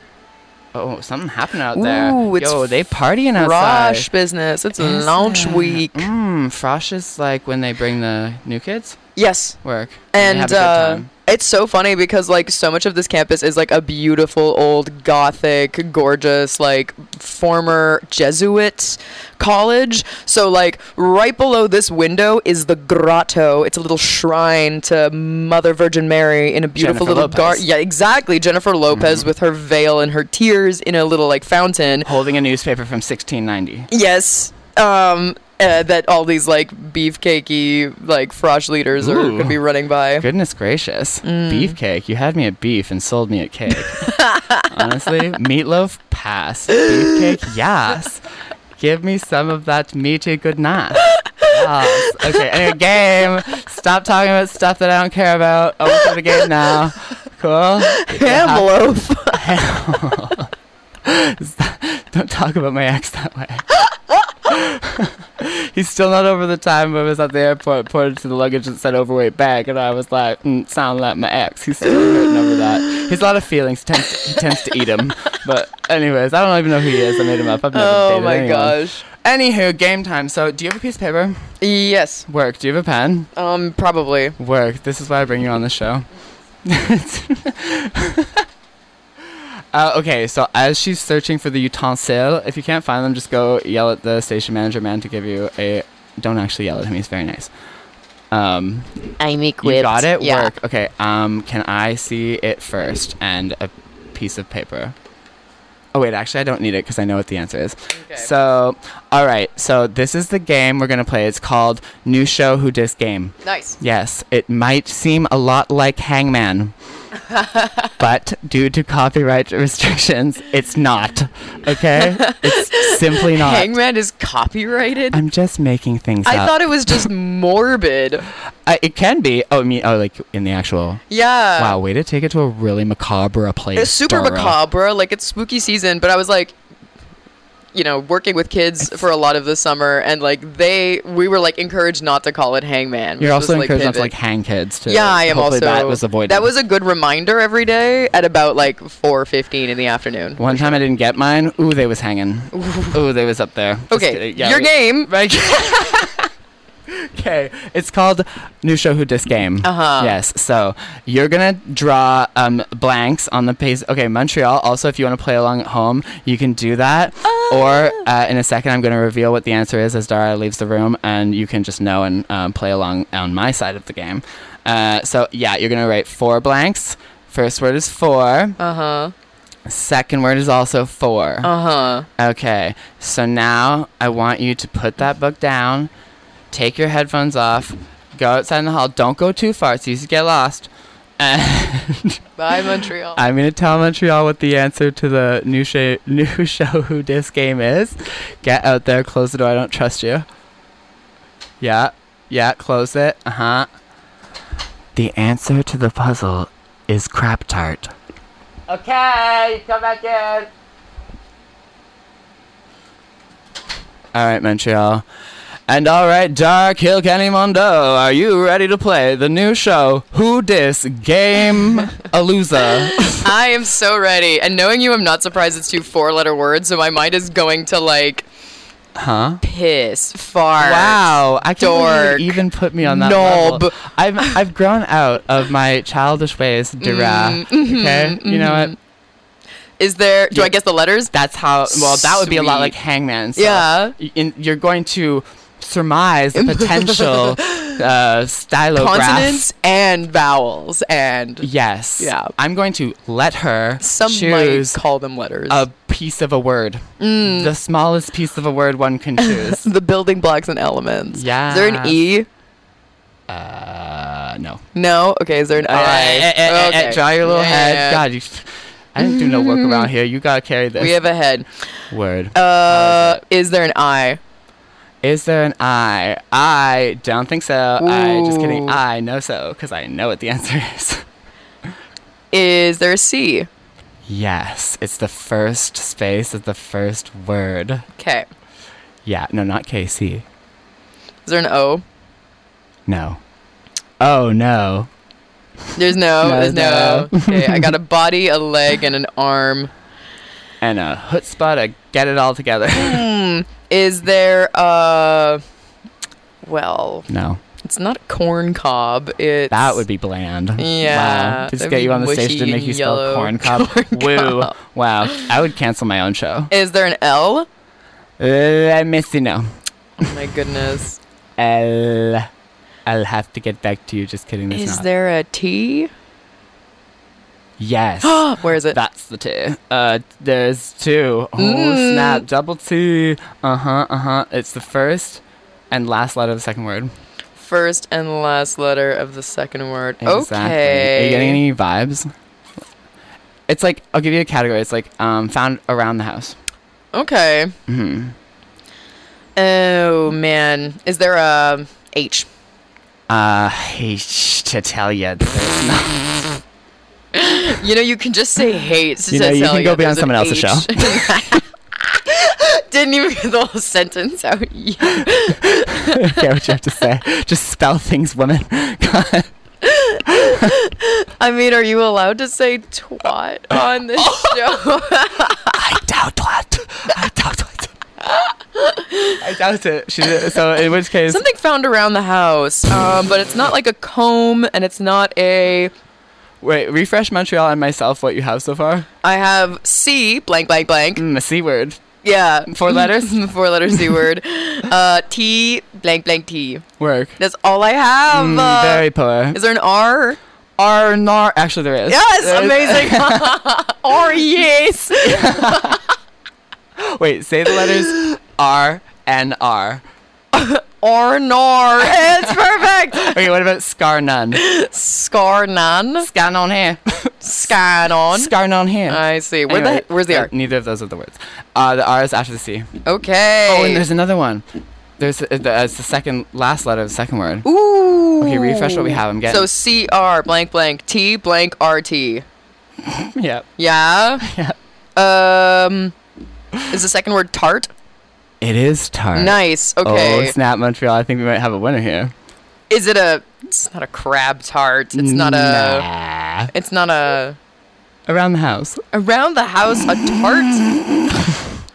Speaker 1: Oh, something happened out there.
Speaker 2: Ooh, it's
Speaker 1: Yo, they partying outside.
Speaker 2: Rush business. It's
Speaker 1: Is
Speaker 2: launch
Speaker 1: it?
Speaker 2: week.
Speaker 1: Mm, Frosh is like when they bring the new kids.
Speaker 2: Yes.
Speaker 1: Work. they have
Speaker 2: and
Speaker 1: a good
Speaker 2: uh,
Speaker 1: time.
Speaker 2: it's so funny because like so much of this campus is like a beautiful old gothic gorgeous like former jesuit college so like right below this window is the grotto it's a little shrine to mother virgin mary in a beautiful
Speaker 1: Jennifer
Speaker 2: little garden
Speaker 1: Lopez. Mm-hmm.
Speaker 2: yeah exactly jennifer lopez with her veil and her tears in a little like fountain
Speaker 1: holding a newspaper from 1690.
Speaker 2: Yes. Um, uh, that all these like beefcakey like frosh leaders are
Speaker 1: Ooh.
Speaker 2: gonna be running by.
Speaker 1: Goodness gracious. Beefcake. You had me at beef and sold me at cake. Honestly, meatloaf, pass. Beefcake, yes. Give me some of that meaty goodness. Yes. Okay, anyway, game. Stop talking about stuff that I don't care about. Open to the game now. Cool.
Speaker 2: *laughs*
Speaker 1: *laughs*
Speaker 2: Ham loaf.
Speaker 1: Don't talk about my ex that way. *laughs* He's still not over the time I was at the airport, pointed to the luggage that said overweight bag, and I was like, mm, sound like my ex. He's still hurting over that. He's a lot of feelings. He tends to, he tends to eat him. But, anyways, I don't even know who he is. I made him up. I've never
Speaker 2: Oh
Speaker 1: dated
Speaker 2: my
Speaker 1: anyone.
Speaker 2: gosh.
Speaker 1: Anywho, game time. So, do you have a piece of paper?
Speaker 2: Yes.
Speaker 1: Work. Do you have a pen?
Speaker 2: Um, probably.
Speaker 1: Work. This is why I bring you on the show. *laughs* uh, okay, so as she's searching for the utensil, if you can't find them, just go yell at the station manager man to give you a. Don't actually yell at him. He's very nice. Um,
Speaker 2: I'm
Speaker 1: you got it. Work. Okay. Um, can I see it first and a piece of paper. Oh wait, actually I don't need it because I know what the answer is.
Speaker 2: Okay.
Speaker 1: So, all right. So this is the game we're gonna play. It's called New Show Who Dis Game.
Speaker 2: Nice.
Speaker 1: Yes, it might seem a lot like
Speaker 2: *laughs*
Speaker 1: Hangman, but due to copyright restrictions, it's not. Okay, it's simply not.
Speaker 2: Hangman is copyrighted.
Speaker 1: I'm just making things
Speaker 2: I
Speaker 1: up.
Speaker 2: thought it
Speaker 1: *laughs*
Speaker 2: was just morbid.
Speaker 1: I, it can be. Oh, I mean, oh, like in the actual.
Speaker 2: Yeah.
Speaker 1: Wow, way to take it to a really macabre a place.
Speaker 2: Uh, It's super
Speaker 1: Dora.
Speaker 2: macabre. Like it's spooky season, but I was like, you know, working with kids for a lot of the summer, and like they, we were like encouraged not to call it Hangman.
Speaker 1: You're
Speaker 2: which
Speaker 1: also
Speaker 2: was,
Speaker 1: encouraged not to like
Speaker 2: pivot.
Speaker 1: hang kids too.
Speaker 2: Yeah, I am
Speaker 1: Hopefully
Speaker 2: also.
Speaker 1: That was avoided.
Speaker 2: That was a good reminder every day at about like 4:15 in the afternoon.
Speaker 1: One time I didn't get mine. Ooh, they was hanging. Ooh, they was up there. Just
Speaker 2: Okay,
Speaker 1: kidding. Yeah,
Speaker 2: your
Speaker 1: we-
Speaker 2: game.
Speaker 1: Right. okay, it's called New Show Who Dis Game. Uh
Speaker 2: Uh-huh.
Speaker 1: Yes. So you're gonna draw um, blanks on the page. Okay, Montreal. Also, if you want to play along at home, you can do that. Or uh, in a second, I'm gonna reveal what the answer is as Dara leaves the room, and you can just know and um, play along on my side of the game. Uh, so yeah, you're gonna write four blanks. First word is four.
Speaker 2: Uh huh.
Speaker 1: Second word is also four.
Speaker 2: Uh huh.
Speaker 1: Okay, so now I want you to put that book down, take your headphones off, go outside in the hall. Don't go too far, it's easy to get lost. And *laughs*
Speaker 2: Bye Montreal.
Speaker 1: I'm going to tell Montreal what the answer to the new, sh- *laughs* new show who dis game is. Get out there, close the door, I don't trust you. Yeah, yeah, close it. Uh huh. The answer to the puzzle is crap tart. Okay, come back in. All right, Montreal. And all right, Dark Hill Kenny Mondo, are you ready to play the new show, Who Dis Game *laughs* Alooza?
Speaker 2: I am so ready. And knowing you, I'm not surprised it's two four-letter words. So my mind is going to like
Speaker 1: huh?
Speaker 2: piss far.
Speaker 1: Wow, I can't believe
Speaker 2: Dork.
Speaker 1: you even put me on that
Speaker 2: Knob.
Speaker 1: level. I've, I've grown out of my childish ways, Dura. okay, you know what?
Speaker 2: Is there? Do I guess the letters?
Speaker 1: That's how, well, that would be a lot
Speaker 2: Sweet.
Speaker 1: like Hangman. So
Speaker 2: Yeah.
Speaker 1: y- in- you're going to surmise the *laughs* potential uh, stylograph.
Speaker 2: consonants and vowels and
Speaker 1: Yes.
Speaker 2: Yeah.
Speaker 1: I'm going to let her
Speaker 2: some
Speaker 1: choose
Speaker 2: might call them letters.
Speaker 1: a piece of a word.
Speaker 2: Mm.
Speaker 1: The smallest piece of a word one
Speaker 2: *laughs*
Speaker 1: can choose.
Speaker 2: *laughs* the building blocks and elements. Is there
Speaker 1: Yeah.
Speaker 2: an E?
Speaker 1: uh, no.
Speaker 2: No. Okay. Is there an I?
Speaker 1: All right. Eh, eh, eh, eh,
Speaker 2: Okay.
Speaker 1: draw your little
Speaker 2: Yeah,
Speaker 1: head.
Speaker 2: yeah, yeah.
Speaker 1: God, you, I didn't do no work around here. You gotta carry this
Speaker 2: We have a head.
Speaker 1: word.
Speaker 2: Uh, is there an I?
Speaker 1: Is there an I? I don't think so. I just kidding.
Speaker 2: Ooh.
Speaker 1: I know so because I know what the *laughs* answer is.
Speaker 2: Is there a C?
Speaker 1: yes, it's the first space of the first word.
Speaker 2: Okay.
Speaker 1: Yeah, no, not KC.
Speaker 2: Is there an O?
Speaker 1: No. Oh no.
Speaker 2: There's no.
Speaker 1: No,
Speaker 2: there's no. *laughs* okay. I got a body, a leg, and an arm.
Speaker 1: and a chutzpah to get it all together. *laughs*
Speaker 2: Is there uh? Well,
Speaker 1: no,
Speaker 2: it's not a corn cob. It's
Speaker 1: that would be bland.
Speaker 2: Yeah,
Speaker 1: wow. just
Speaker 2: that'd
Speaker 1: get
Speaker 2: be
Speaker 1: you on the station to
Speaker 2: mushy
Speaker 1: make you spell
Speaker 2: yellow *laughs*
Speaker 1: corn cob.
Speaker 2: corn
Speaker 1: Woo!
Speaker 2: cob.
Speaker 1: Wow, I would cancel my own show.
Speaker 2: Is there an L?
Speaker 1: Uh, Missy, no.
Speaker 2: Oh my
Speaker 1: *laughs*
Speaker 2: goodness.
Speaker 1: I'll, I'll have to get back to you. Just kidding. There's
Speaker 2: Is
Speaker 1: not.
Speaker 2: there a
Speaker 1: *gasps*
Speaker 2: T?
Speaker 1: Yes.
Speaker 2: *gasps* Where is it?
Speaker 1: That's the two. Uh, there's two. Oh
Speaker 2: Mm.
Speaker 1: snap! Double two. Uh huh. Uh huh. It's the first and last letter of the second word.
Speaker 2: First and last letter of the second word.
Speaker 1: Are
Speaker 2: Okay.
Speaker 1: you getting any vibes? It's like I'll give you a category. It's like um, found around the house.
Speaker 2: Okay.
Speaker 1: hmm
Speaker 2: Oh man, is there a H?
Speaker 1: Uh, hate to tell *laughs* you, there's not.
Speaker 2: You know, you can just say hate.
Speaker 1: You know,
Speaker 2: to
Speaker 1: you
Speaker 2: tell
Speaker 1: can go be on
Speaker 2: there's an
Speaker 1: someone else's
Speaker 2: H. *laughs* Didn't even get the whole sentence out. yet.
Speaker 1: care what you have to say. Just spell things, woman. *laughs* God.
Speaker 2: I mean, are you allowed to say twat on this show?
Speaker 1: I doubt what. I doubt what. I doubt it. She did, so in which case,
Speaker 2: *laughs* Something found around the house, um, but it's not like a comb, and it's not a.
Speaker 1: wait. Refresh Montreal and myself. What you have so far?
Speaker 2: I have C blank blank blank.
Speaker 1: Mm, a c word.
Speaker 2: Yeah,
Speaker 1: Four letters?
Speaker 2: *laughs* Four letter C word. Uh, T blank blank T.
Speaker 1: Work.
Speaker 2: That's all I have.
Speaker 1: Mm,
Speaker 2: uh,
Speaker 1: very poor.
Speaker 2: Is there an R?
Speaker 1: R nar. Actually, there is.
Speaker 2: Yes,
Speaker 1: There is- *laughs*
Speaker 2: amazing. *laughs* or yes.
Speaker 1: Wait, say the letters R N R. *laughs*
Speaker 2: Or nor. It's perfect.
Speaker 1: Okay, what about scar
Speaker 2: *gasps*
Speaker 1: none?
Speaker 2: Scar none.
Speaker 1: Scan on here.
Speaker 2: Scan on.
Speaker 1: Scar none here.
Speaker 2: I see. Where
Speaker 1: Anyway,
Speaker 2: the, where's the
Speaker 1: uh,
Speaker 2: R?
Speaker 1: Neither of those are the words. Uh, the R is after the C.
Speaker 2: Okay.
Speaker 1: Oh, and there's another one. There's uh, the, uh, it's the second last letter of the second word.
Speaker 2: Ooh.
Speaker 1: Okay, refresh what we have. I'm getting.
Speaker 2: So C R blank blank T blank R T.
Speaker 1: yeah. *laughs*
Speaker 2: Yeah. Yeah. Um, is the second word tart?
Speaker 1: It is tart.
Speaker 2: Nice. Okay.
Speaker 1: Oh snap, Montreal! I think we might have a winner here.
Speaker 2: is it a? It's not a crab tart. It's not a.
Speaker 1: Nah.
Speaker 2: It's not a.
Speaker 1: Around the house. *laughs*
Speaker 2: Around the house, a tart.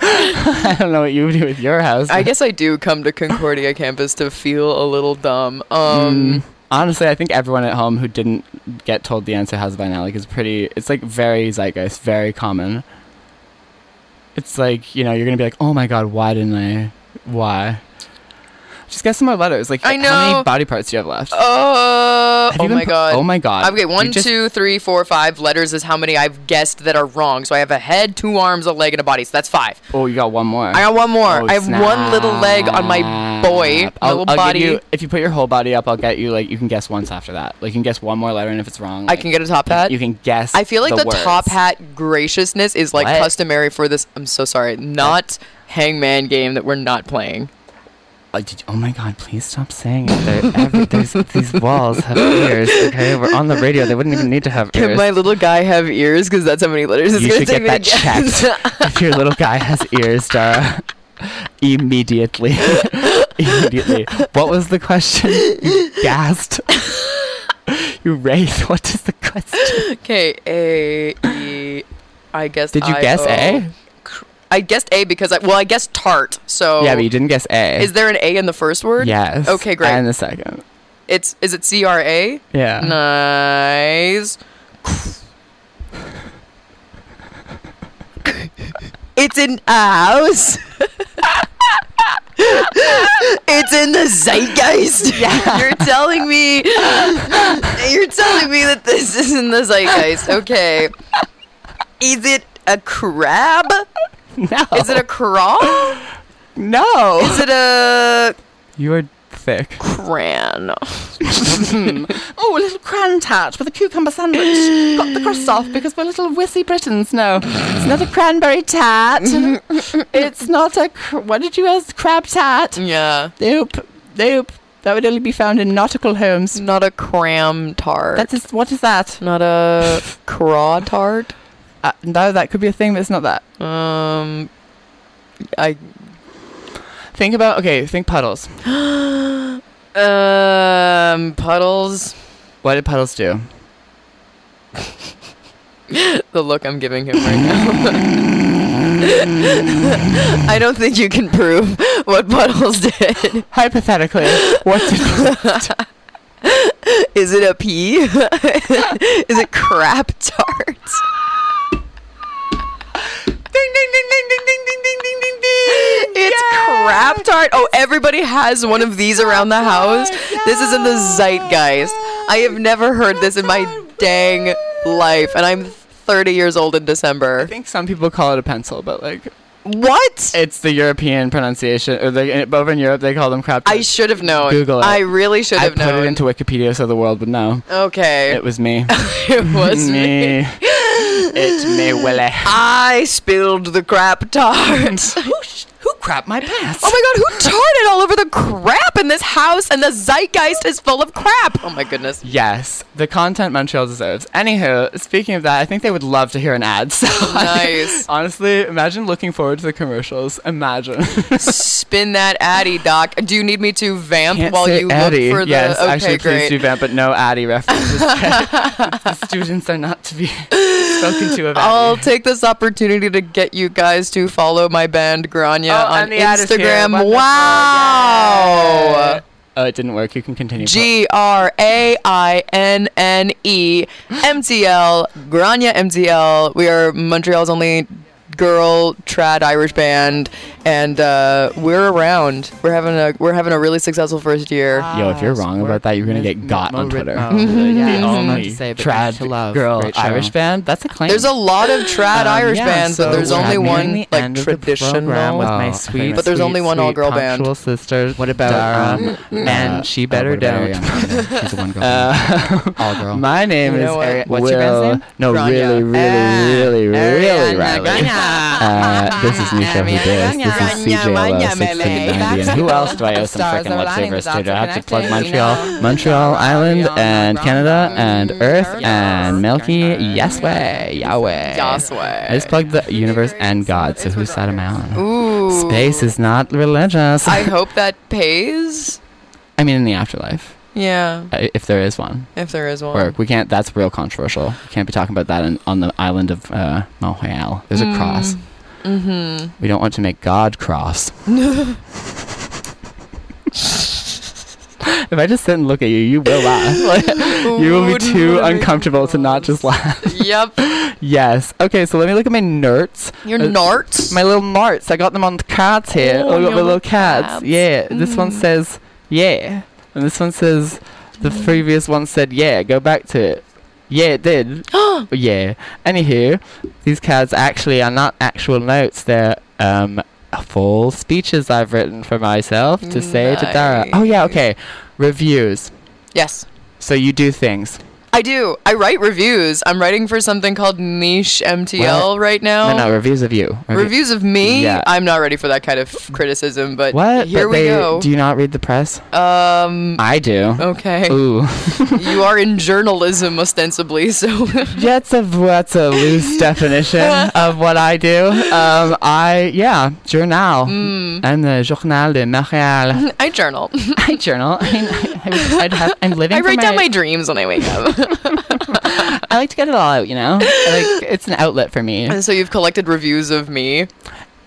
Speaker 1: I don't know what you would do with your house.
Speaker 2: I guess I do come to Concordia campus to feel a little dumb.
Speaker 1: Hmm.
Speaker 2: Um,
Speaker 1: Mm, Honestly, I think everyone at home who didn't get told the answer has by now, like, is pretty. It's like very zeitgeist, very common. It's like you know you're gonna be like, oh my god, why didn't I? Why? Just get some more letters. Like,
Speaker 2: I
Speaker 1: how
Speaker 2: know.
Speaker 1: many body parts do you have left?
Speaker 2: Oh,
Speaker 1: Have
Speaker 2: oh
Speaker 1: you been
Speaker 2: my
Speaker 1: pr-
Speaker 2: god.
Speaker 1: oh my god.
Speaker 2: I've got
Speaker 1: You
Speaker 2: one,
Speaker 1: just-
Speaker 2: two, three, four, five letters is how many I've guessed that are wrong. So I have a head, two arms, a leg, and a body. So that's five.
Speaker 1: oh, you got one more.
Speaker 2: I got one more.
Speaker 1: Oh,
Speaker 2: I have one little leg on my
Speaker 1: snap.
Speaker 2: boy,
Speaker 1: I'll-
Speaker 2: little
Speaker 1: I'll give
Speaker 2: body.
Speaker 1: you- if you put your whole body up, I'll get you like you can guess once after that. Like you can guess one more letter, and if it's wrong,
Speaker 2: I
Speaker 1: like,
Speaker 2: can get a top hat.
Speaker 1: You can guess.
Speaker 2: I feel like the, top
Speaker 1: words.
Speaker 2: hat graciousness is like
Speaker 1: What?
Speaker 2: customary for this. I'm so sorry. Not hangman game that we're not playing.
Speaker 1: Oh, did you- oh my god! Please stop saying it. They're every- there's, these walls have ears. Okay, we're on the radio. They wouldn't even need to have
Speaker 2: Can
Speaker 1: ears.
Speaker 2: my little guy have ears? Because that's how many letters it's
Speaker 1: you
Speaker 2: going to
Speaker 1: should
Speaker 2: take
Speaker 1: get that
Speaker 2: me to guess. *laughs*
Speaker 1: checked. *laughs* if your little guy has ears, Dara, immediately, *laughs* immediately. What was the question? You gassed. *laughs* you raised. What is the question?
Speaker 2: Okay, A E. I guess.
Speaker 1: Did you
Speaker 2: I,
Speaker 1: guess
Speaker 2: O.
Speaker 1: A?
Speaker 2: I guessed A because I well, I guessed tart. So
Speaker 1: Yeah, but you didn't guess A.
Speaker 2: Oh. is there an A in the first word?
Speaker 1: Yes.
Speaker 2: Okay, great.
Speaker 1: And the second.
Speaker 2: It's is it C R A?
Speaker 1: Yeah.
Speaker 2: Nice. it's in a house. it's in the zeitgeist. you're telling me. You're telling me that this is in the zeitgeist. Okay. Is it a crab?
Speaker 1: *laughs* No.
Speaker 2: Is it a craw?
Speaker 1: no?
Speaker 2: Is it a
Speaker 1: you are thick.
Speaker 2: cran?
Speaker 1: Oh, a little cran tart with a cucumber sandwich. Got the crust off because we're little wissy Britons. No, it's not a cranberry *laughs* tart. it's not a. Cr- what did you ask? Crab tart.
Speaker 2: Yeah.
Speaker 1: Nope. Nope. That would only be found in nautical homes.
Speaker 2: Not a cram tart.
Speaker 1: That is what is that?
Speaker 2: Not a craw tart.
Speaker 1: Uh, no, that could be a thing, but it's not that.
Speaker 2: Um, I
Speaker 1: Think about okay. Think puddles.
Speaker 2: um puddles.
Speaker 1: What did puddles do?
Speaker 2: The look I'm giving him right now. *laughs* I don't think you can prove what puddles did.
Speaker 1: Hypothetically, *laughs* what did
Speaker 2: Is it a pea? *laughs* Is it crap tart?
Speaker 1: ding ding ding ding ding ding ding ding ding ding ding.
Speaker 2: It's crap tart. Oh, everybody has one of these around the house. This is in the zeitgeist. I have never heard this in my dang life, and I'm 30 years old in
Speaker 1: I
Speaker 2: December.
Speaker 1: think some people call it a pencil, but like
Speaker 2: What?
Speaker 1: it's the European pronunciation. Or they, over in Europe, they call them crap.
Speaker 2: I
Speaker 1: tits.
Speaker 2: should have known.
Speaker 1: Google it.
Speaker 2: I really should
Speaker 1: I
Speaker 2: have
Speaker 1: put
Speaker 2: known.
Speaker 1: it into Wikipedia so the world would know.
Speaker 2: okay.
Speaker 1: It was me.
Speaker 2: It *laughs*
Speaker 1: *laughs*
Speaker 2: was me. Ah,
Speaker 1: me. it's me,
Speaker 2: *laughs*
Speaker 1: Willie.
Speaker 2: I spilled the
Speaker 1: *laughs*
Speaker 2: crap tart.
Speaker 1: who, sh- who crapped my pants?
Speaker 2: Oh my god, who tarted all over the crap in this house and the zeitgeist is full of crap? Oh my goodness.
Speaker 1: Yes, the content Montreal deserves. Anywho, speaking of that, I think they would love to hear an ad. *laughs* So I think-
Speaker 2: Nice.
Speaker 1: honestly, imagine looking forward to the commercials.
Speaker 2: *laughs*
Speaker 1: Imagine.
Speaker 2: Spin that Addy, Doc. Do you need me to vamp
Speaker 1: Can't
Speaker 2: while
Speaker 1: say
Speaker 2: you
Speaker 1: Addy.
Speaker 2: look for the
Speaker 1: yes,
Speaker 2: okay,
Speaker 1: actually, please
Speaker 2: great.
Speaker 1: do vamp, but no Addy
Speaker 2: *laughs*
Speaker 1: references. *laughs* the students are not to be spoken to
Speaker 2: I'll
Speaker 1: about.
Speaker 2: take this opportunity to get you guys to follow my band Grania
Speaker 1: Oh,
Speaker 2: on
Speaker 1: and the ad is here.
Speaker 2: Instagram.
Speaker 1: Wonderful.
Speaker 2: Wow.
Speaker 1: Oh, it didn't work. You can continue.
Speaker 2: G R A I N N E M T L Grania M T L. We are Montreal's only girl trad Irish band, and uh, we're around. We're having a we're having a really successful first year.
Speaker 1: Yo, if you're wrong about that, you're gonna get got on Twitter.
Speaker 2: *laughs*
Speaker 1: The only trad girl Irish band. That's a claim.
Speaker 2: There's a lot of trad
Speaker 1: Um,
Speaker 2: Irish
Speaker 1: yeah,
Speaker 2: bands,
Speaker 1: so
Speaker 2: but there's
Speaker 1: we're
Speaker 2: only
Speaker 1: nearing
Speaker 2: one
Speaker 1: the
Speaker 2: like
Speaker 1: end of the
Speaker 2: traditional.
Speaker 1: program with my
Speaker 4: Oh,
Speaker 1: sweet,
Speaker 2: But there's only
Speaker 1: sweet,
Speaker 2: one
Speaker 1: sweet
Speaker 2: all-girl band. um,
Speaker 1: punctual sister.
Speaker 4: What about,
Speaker 1: Dara,
Speaker 4: uh,
Speaker 1: and she
Speaker 4: oh,
Speaker 1: better
Speaker 4: what about
Speaker 1: don't.
Speaker 2: *laughs*
Speaker 4: Ariana Grande? She's a one girl.
Speaker 1: Uh,
Speaker 4: all girl.
Speaker 1: my name
Speaker 2: You
Speaker 1: is
Speaker 2: know what?
Speaker 1: Ari-
Speaker 4: What's your band's
Speaker 1: Will-
Speaker 4: name?
Speaker 1: No,
Speaker 2: Grania.
Speaker 1: really, really,
Speaker 2: Ah,
Speaker 1: really, really,
Speaker 2: Ariana
Speaker 1: Riley.
Speaker 2: Grande.
Speaker 1: *laughs* Uh, this is Nisha Who This is
Speaker 2: Grania,
Speaker 1: CJLO
Speaker 2: Grania,
Speaker 1: 1690. And who else do I owe some
Speaker 4: Stars
Speaker 1: freaking lip
Speaker 4: aligning,
Speaker 1: service
Speaker 4: the
Speaker 1: to?
Speaker 4: dots
Speaker 1: Do I
Speaker 4: are
Speaker 1: have to plug
Speaker 4: connecting, you
Speaker 1: Montreal,
Speaker 4: know.
Speaker 1: Montreal Island,
Speaker 4: Ariana
Speaker 1: and
Speaker 4: Grande.
Speaker 1: Canada, and Earth,
Speaker 4: Ariana
Speaker 1: and Milky?
Speaker 4: Grande.
Speaker 1: Yes way, Yahweh.
Speaker 2: Yasway.
Speaker 1: I just plugged the universe and God, so who's out of my own?
Speaker 2: Ooh.
Speaker 1: Space is not religious.
Speaker 2: I hope that pays.
Speaker 1: I mean, in the afterlife,
Speaker 2: Yeah,
Speaker 1: I- if there is one.
Speaker 2: if there is one.
Speaker 1: Work. We can't. That's real controversial. We can't be talking about that in, on the island of uh, Montreal. There's a cross.
Speaker 2: Mm-hmm.
Speaker 1: We don't want to make God cross. if I just sit and look at you, you will laugh. Like, you will be
Speaker 2: Wouldn't
Speaker 1: too
Speaker 2: wanna make
Speaker 1: uncomfortable to not just laugh.
Speaker 2: yep.
Speaker 1: Yes. Okay. So let me look at my nerds.
Speaker 2: *laughs* You're
Speaker 1: Uh,
Speaker 2: narts.
Speaker 1: My little marts. I got them on the cards here.
Speaker 2: Oh,
Speaker 1: I got
Speaker 2: your
Speaker 1: my little
Speaker 2: little
Speaker 1: cards.
Speaker 2: cards.
Speaker 1: Yeah. This one
Speaker 2: Mm.
Speaker 1: says yeah, and this one says the
Speaker 2: Mm.
Speaker 1: previous one said yeah. Go back to it. Yeah, it
Speaker 2: *gasps*
Speaker 1: did.
Speaker 2: Oh,
Speaker 1: yeah. Anywho, these cards actually are not actual notes. They're um full speeches I've written for myself to say to Dara. Oh yeah. Okay. Reviews.
Speaker 2: yes.
Speaker 1: So you do things.
Speaker 2: I do. I write reviews. I'm writing for something called Niche MTL right now.
Speaker 1: No, no. Reviews of you. Revi-
Speaker 2: Reviews of me.
Speaker 1: Yeah.
Speaker 2: I'm not ready for that kind of criticism, but
Speaker 1: What?
Speaker 2: here
Speaker 1: But
Speaker 2: we
Speaker 1: they-
Speaker 2: go.
Speaker 1: Do you not read the press?
Speaker 2: um.
Speaker 1: I do.
Speaker 2: Okay. *laughs*
Speaker 1: Ooh.
Speaker 2: you are in journalism ostensibly,
Speaker 1: *laughs*
Speaker 2: so
Speaker 1: That's a that's a loose definition of what I do. Um, I yeah, journal.
Speaker 2: Mm.
Speaker 1: I'm the Journal de
Speaker 2: *laughs*
Speaker 1: Montréal.
Speaker 2: *laughs* I journal.
Speaker 1: I journal. I, I, would- I'd have, I'm living.
Speaker 2: *laughs* I
Speaker 1: for
Speaker 2: write down my dreams when I wake up.
Speaker 1: *laughs*
Speaker 2: *laughs*
Speaker 1: I like to get it all out. You know, I like it's an outlet for me.
Speaker 2: and so you've collected reviews of me.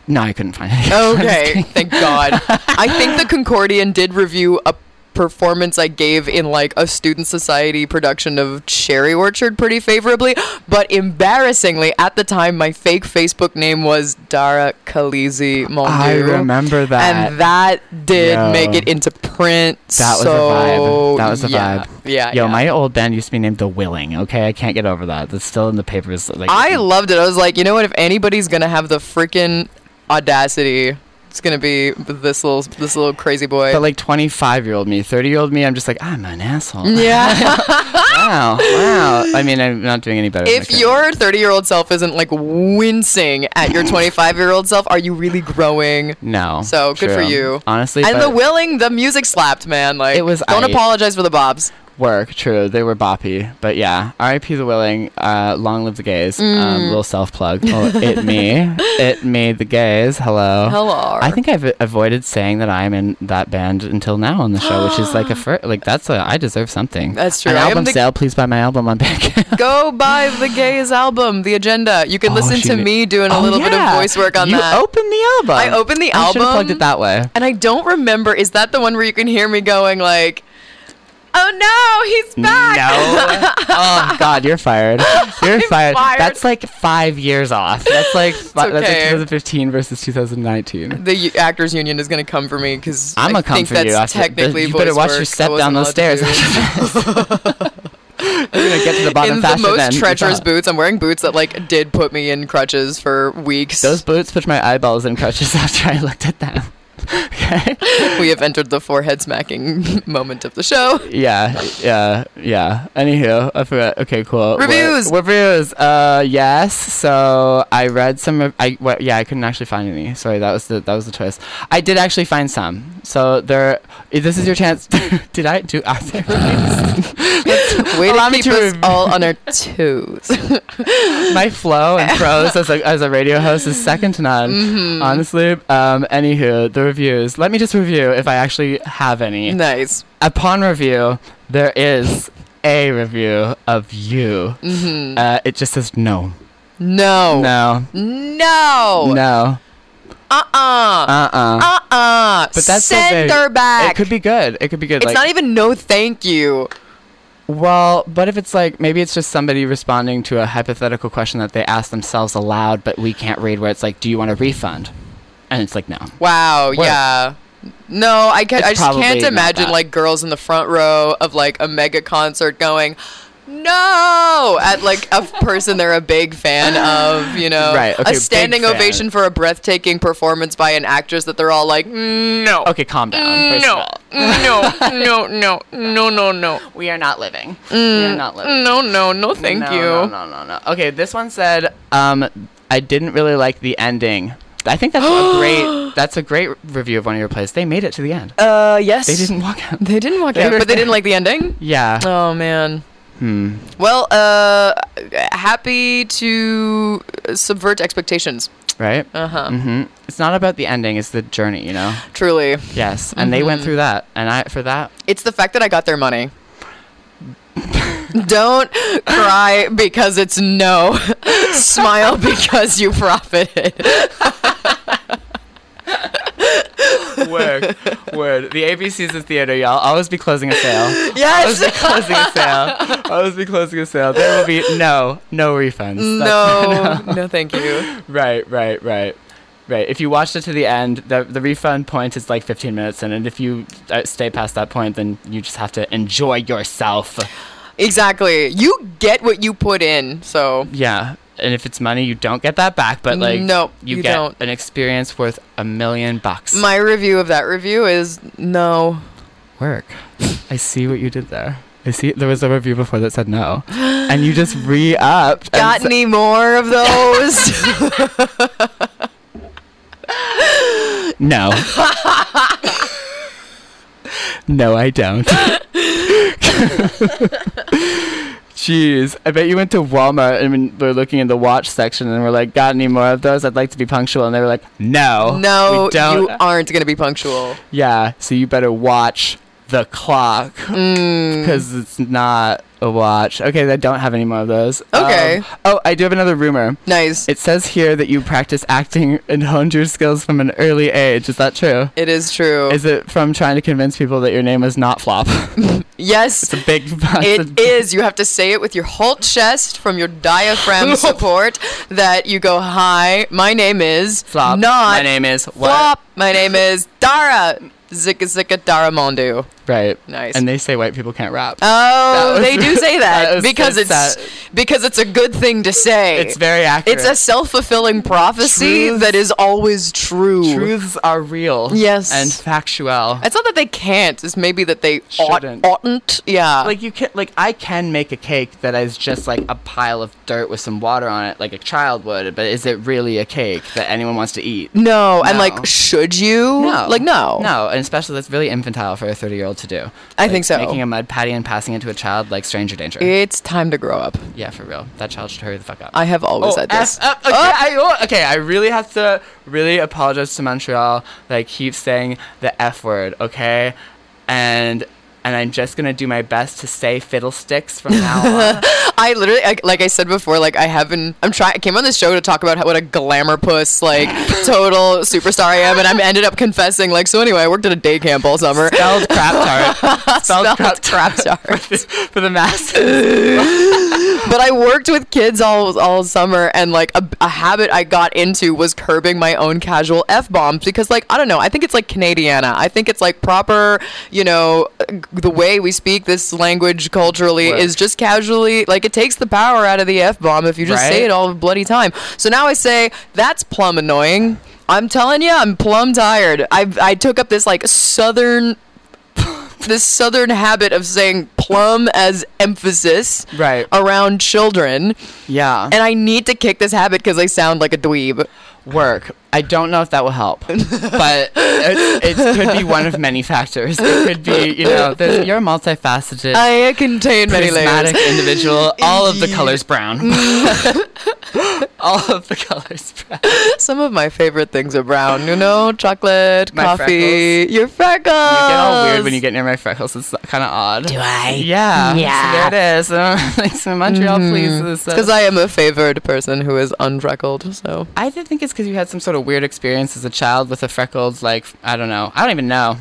Speaker 1: No, I couldn't find it. *laughs*
Speaker 2: Okay, thank God. I think the Concordian did review a performance I gave in like a student society production of Cherry Orchard pretty favorably, but embarrassingly at the time my fake Facebook name was Dara Khaleesi Mondu.
Speaker 1: I remember that.
Speaker 2: And that did
Speaker 1: Yo.
Speaker 2: make it into print.
Speaker 1: That was a
Speaker 2: so-
Speaker 1: vibe. That was a
Speaker 2: yeah,
Speaker 1: vibe.
Speaker 2: Yeah.
Speaker 1: Yo,
Speaker 2: yeah.
Speaker 1: my old band used to be named The Willing. Okay, I can't get over that. That's still in the papers. Like
Speaker 2: I loved it. I was like, you know what? If anybody's gonna have the freaking audacity, it's gonna be this little this little crazy boy.
Speaker 1: But like 25 year old me, 30 year old me, I'm just like I'm an asshole. *laughs*
Speaker 2: yeah.
Speaker 1: wow, wow. I mean, I'm not doing any better. than I
Speaker 2: if
Speaker 1: could.
Speaker 2: your 30 year old self isn't like wincing at your 25 year old self, are you really growing?
Speaker 1: No.
Speaker 2: So, good for
Speaker 1: true.
Speaker 2: you.
Speaker 1: Honestly,
Speaker 2: And the
Speaker 1: but
Speaker 2: willing, the music slapped, man. Like
Speaker 1: It was
Speaker 2: Don't
Speaker 1: I-
Speaker 2: apologize for the bobs.
Speaker 1: work, true. They were boppy, but yeah. R.I.P. the willing. Uh, long live the gays. Um,
Speaker 2: Mm.
Speaker 1: little self plug. Oh, it
Speaker 2: *laughs*
Speaker 1: me. It me. The gays. Hello.
Speaker 2: Hello.
Speaker 1: I think I've avoided saying that I'm in that band until now on the show, which is
Speaker 2: *gasps*
Speaker 1: like a fir- like that's a I deserve something.
Speaker 2: That's true.
Speaker 1: An
Speaker 2: I am
Speaker 1: album
Speaker 2: the-
Speaker 1: sale. Please buy my album on
Speaker 2: *laughs*
Speaker 1: Bandcamp.
Speaker 2: Go buy the gays album, the agenda. You can
Speaker 1: Oh,
Speaker 2: listen
Speaker 1: she
Speaker 2: to
Speaker 1: did-
Speaker 2: me doing a
Speaker 1: Oh,
Speaker 2: little bit of
Speaker 1: yeah.
Speaker 2: voice work on
Speaker 1: you
Speaker 2: that.
Speaker 1: You opened the album.
Speaker 2: I opened the
Speaker 1: I should have plugged
Speaker 2: album.
Speaker 1: it that way.
Speaker 2: And I don't remember. Is that the one where you can hear me going like, "Oh no, he's back"? *laughs*
Speaker 1: No. oh God, you're fired. You're fired.
Speaker 2: fired.
Speaker 1: That's like five years off. That's like fi- that's like
Speaker 2: okay.
Speaker 1: 2015 versus 2019.
Speaker 2: The u- actors union is going to come for me because
Speaker 1: I'm
Speaker 2: I
Speaker 1: gonna come
Speaker 2: think
Speaker 1: for
Speaker 2: that's
Speaker 1: you. After,
Speaker 2: technically
Speaker 1: you better
Speaker 2: voice
Speaker 1: watch
Speaker 2: work. I
Speaker 1: your step
Speaker 2: wasn't
Speaker 1: down those
Speaker 2: allowed
Speaker 1: stairs.
Speaker 2: to
Speaker 1: You're *laughs*
Speaker 2: do. *laughs*
Speaker 1: gonna get to the bottom
Speaker 2: in the
Speaker 1: faster than
Speaker 2: most
Speaker 1: you
Speaker 2: treacherous
Speaker 1: thought.
Speaker 2: boots. I'm wearing boots that like did put me in crutches for weeks.
Speaker 1: Those boots put my eyeballs in crutches *laughs* after I looked at them. *laughs* okay.
Speaker 2: we have entered the forehead smacking *laughs* moment of
Speaker 1: *laughs*
Speaker 2: the show.
Speaker 1: Yeah. Yeah. Yeah. Anywho, I forgot. Okay. Cool. We're-
Speaker 2: Reviews.
Speaker 1: reviews. Uh. Yes. So I read some. Rev- I. Well, yeah. I couldn't actually find any. Sorry. That was the. That was the twist. I did actually find some. So there. i- This is your chance. *laughs* did I do? I *laughs*
Speaker 2: *laughs* Way
Speaker 1: Allow
Speaker 2: to
Speaker 1: me
Speaker 2: keep
Speaker 1: to
Speaker 2: us
Speaker 1: rev-
Speaker 2: all on our *laughs* toes.
Speaker 1: *laughs* my flow and prose as a, as a radio host is second to none.
Speaker 2: Mm-hmm.
Speaker 1: Honestly. Um. Anywho, the reviews. Let me just review if I actually have any.
Speaker 2: nice.
Speaker 1: upon review, there is a review of you. Uh, it just says no,
Speaker 2: Mm-hmm. No.
Speaker 1: no, Oh.
Speaker 2: No.
Speaker 1: no,
Speaker 2: Uh uh.
Speaker 1: uh, uh
Speaker 2: Uh uh.
Speaker 1: But that's so
Speaker 2: send
Speaker 1: vague.
Speaker 2: her back.
Speaker 1: It could be good. It could be good.
Speaker 2: It's
Speaker 1: like,
Speaker 2: not even no thank you.
Speaker 1: well, but if it's like maybe it's just somebody responding to a hypothetical question that they asked themselves aloud, but we can't read. Where it's like, do you want a refund? And it's like, no.
Speaker 2: Wow. Yeah. No, I can,
Speaker 1: It's
Speaker 2: I just
Speaker 1: probably
Speaker 2: can't
Speaker 1: not
Speaker 2: imagine
Speaker 1: that.
Speaker 2: like girls in the front row of like a mega concert going, no, at like a person they're a big fan of, you know,
Speaker 1: Right, okay,
Speaker 2: a
Speaker 1: big
Speaker 2: standing
Speaker 1: fan.
Speaker 2: ovation for a breathtaking performance by an actress that they're all like, no,
Speaker 1: Okay, calm down. first of
Speaker 2: no,
Speaker 1: all.
Speaker 2: no, no, no, no, no, no, Mm,
Speaker 1: We are not living. we are not living.
Speaker 2: no, no, no, thank
Speaker 1: No,
Speaker 2: you.
Speaker 1: No, no, no, no. Okay, this one said, um, I didn't really like the ending. I think that's a *gasps* great. That's a great review of one of your plays. They made it to the end.
Speaker 2: Uh, yes.
Speaker 1: They didn't walk out.
Speaker 2: They didn't walk
Speaker 1: They
Speaker 2: out,
Speaker 1: were- *laughs*
Speaker 2: but they didn't like the ending.
Speaker 1: Yeah.
Speaker 2: Oh man. Hmm. Well, uh, happy to subvert expectations.
Speaker 1: Right.
Speaker 2: Uh huh.
Speaker 1: hmm It's not about the ending. It's the journey. You know.
Speaker 2: Truly,
Speaker 1: Yes. And they
Speaker 2: Mm-hmm.
Speaker 1: went through that. And I for that.
Speaker 2: it's the fact that I got their money. Don't cry because it's no. *laughs* Smile because you profited.
Speaker 1: *laughs* *laughs* Word. Word. The ABCs of theater, y'all. Always be closing a
Speaker 2: *laughs*
Speaker 1: sale. Always be
Speaker 2: Yes.
Speaker 1: closing a sale. Always be closing a sale. There will be no, no refunds. That's- *laughs*
Speaker 2: No, no, thank you.
Speaker 1: Right, right, right. Right. If you watched it to the end, the, the refund point is like 15 minutes in. And if you uh, stay past that point, then you just have to enjoy yourself.
Speaker 2: Exactly. You get what you put in, so
Speaker 1: Yeah. And if it's money, you don't get that back. But like,
Speaker 2: Nope,
Speaker 1: you,
Speaker 2: you
Speaker 1: get
Speaker 2: don't.
Speaker 1: an experience worth a million bucks.
Speaker 2: my review of that review is no.
Speaker 1: work. I see what you did there. I see there was a review before that said
Speaker 2: *gasps*
Speaker 1: no, and you just re-upped. and
Speaker 2: Got
Speaker 1: s-
Speaker 2: any more of
Speaker 1: *laughs*
Speaker 2: those? *laughs* *laughs*
Speaker 1: no. no, I
Speaker 2: *laughs*
Speaker 1: don't. Jeez, I bet you went to Walmart and when we're looking in the watch section and we're like, "Got any more of those? I'd like to be punctual." And they were like, "No,
Speaker 2: No,
Speaker 1: Oh, we don't."
Speaker 2: you aren't going to be punctual.
Speaker 1: yeah, so you better watch the clock
Speaker 2: Mm.
Speaker 1: because it's not a watch. Okay, I don't have any more of those.
Speaker 2: Okay.
Speaker 1: Um, oh, I do have another rumor.
Speaker 2: Nice.
Speaker 1: It says here that you practice acting and honed your skills from an early age. Is that true?
Speaker 2: it is true.
Speaker 1: Is it from trying to convince people that your name is not Flop? *laughs*
Speaker 2: yes,
Speaker 1: it's a big. *laughs*
Speaker 2: it is. You have to say it with your whole chest from
Speaker 1: *laughs*
Speaker 2: your diaphragm support that you go, Hi, my name is
Speaker 1: Flop.
Speaker 2: Not
Speaker 1: My name is what?
Speaker 2: Flop. My name is Dara. Zika Zika Dara Mondu.
Speaker 1: Right.
Speaker 2: Nice.
Speaker 1: And they say white people can't rap.
Speaker 2: Oh,
Speaker 1: was-
Speaker 2: they do
Speaker 1: *laughs*
Speaker 2: say
Speaker 1: that
Speaker 2: that,
Speaker 1: was-
Speaker 2: because
Speaker 1: it's
Speaker 2: it's because it's a good thing to say.
Speaker 1: it's very accurate.
Speaker 2: It's a self fulfilling prophecy
Speaker 1: Truths-
Speaker 2: that is always true.
Speaker 1: truths are real.
Speaker 2: Yes.
Speaker 1: And factual.
Speaker 2: It's not that they can't. It's maybe that they ought,
Speaker 1: Shouldn't.
Speaker 2: oughtn't. Yeah.
Speaker 1: like you can like I can make a cake that is just like a pile of dirt with some water on it, like a child would. But is it really a cake that anyone wants to eat?
Speaker 2: no, and
Speaker 1: No.
Speaker 2: like, should you? Like, no.
Speaker 1: no, and especially that's really infantile for a thirty-year-old to do.
Speaker 2: I
Speaker 1: Like,
Speaker 2: think so.
Speaker 1: Making a mud patty and passing it to a child like stranger danger.
Speaker 2: It's time to grow up.
Speaker 1: yeah, for real. That child should hurry the fuck up.
Speaker 2: I have always
Speaker 1: Oh,
Speaker 2: said this.
Speaker 1: F- up. okay, I, oh, okay, I really have to really apologize to Montreal that I keep saying the F word, okay? And and I'm just gonna do my best to say fiddlesticks from
Speaker 2: *laughs*
Speaker 1: now on.
Speaker 2: I literally, I, like I said before, like I haven't. I'm trying. I came on this show to talk about how, what a glamour
Speaker 1: *laughs*
Speaker 2: puss, like total superstar I am, and I am ended up confessing. Like, so anyway, I worked at a day camp all
Speaker 1: *laughs*
Speaker 2: summer. *laughs*
Speaker 1: Spelled crap tart.
Speaker 2: Spelled crap
Speaker 1: *laughs*
Speaker 2: tart.
Speaker 1: for, the, for the masses.
Speaker 2: *laughs* but I worked with kids all all summer, and like a, a habit I got into was curbing my own casual f bombs because, like, I don't know, I think it's like Canadiana. I think it's like proper, you know, g- the way we speak this language culturally
Speaker 1: Right.
Speaker 2: is just casually like it takes the power out of the f bomb if you just
Speaker 1: Right.
Speaker 2: say it all the bloody time. So now I say that's plum annoying. I'm telling you, I'm plum tired. I I took up this like southern. This southern habit of saying plum as emphasis
Speaker 1: Right.
Speaker 2: around children,
Speaker 1: Yeah.
Speaker 2: and I need to kick this habit because I sound like a dweeb.
Speaker 1: work. I don't know if that will help, but it, it could be one of many factors. It could be, you know, there's, you're a multifaceted,
Speaker 2: I contain many
Speaker 1: charismatic
Speaker 2: layers.
Speaker 1: individual. All of the
Speaker 2: Indeed. Mm.
Speaker 1: colors brown. *laughs* All of the colors brown.
Speaker 2: *laughs* Some of my favorite things are brown, you know, chocolate,
Speaker 1: My
Speaker 2: coffee, your freckles.
Speaker 1: You get all weird when you get near my freckles. It's kind of odd. Do I? Yeah. Yeah. So there it is. *laughs* Uh, Thanks to
Speaker 2: Mm-hmm.
Speaker 1: Montreal, please.
Speaker 2: Because I am a favored person who is unfreckled, so
Speaker 1: I did think it's because you had some sort of weird experience as a child with a freckled, like, I don't know. I don't even know.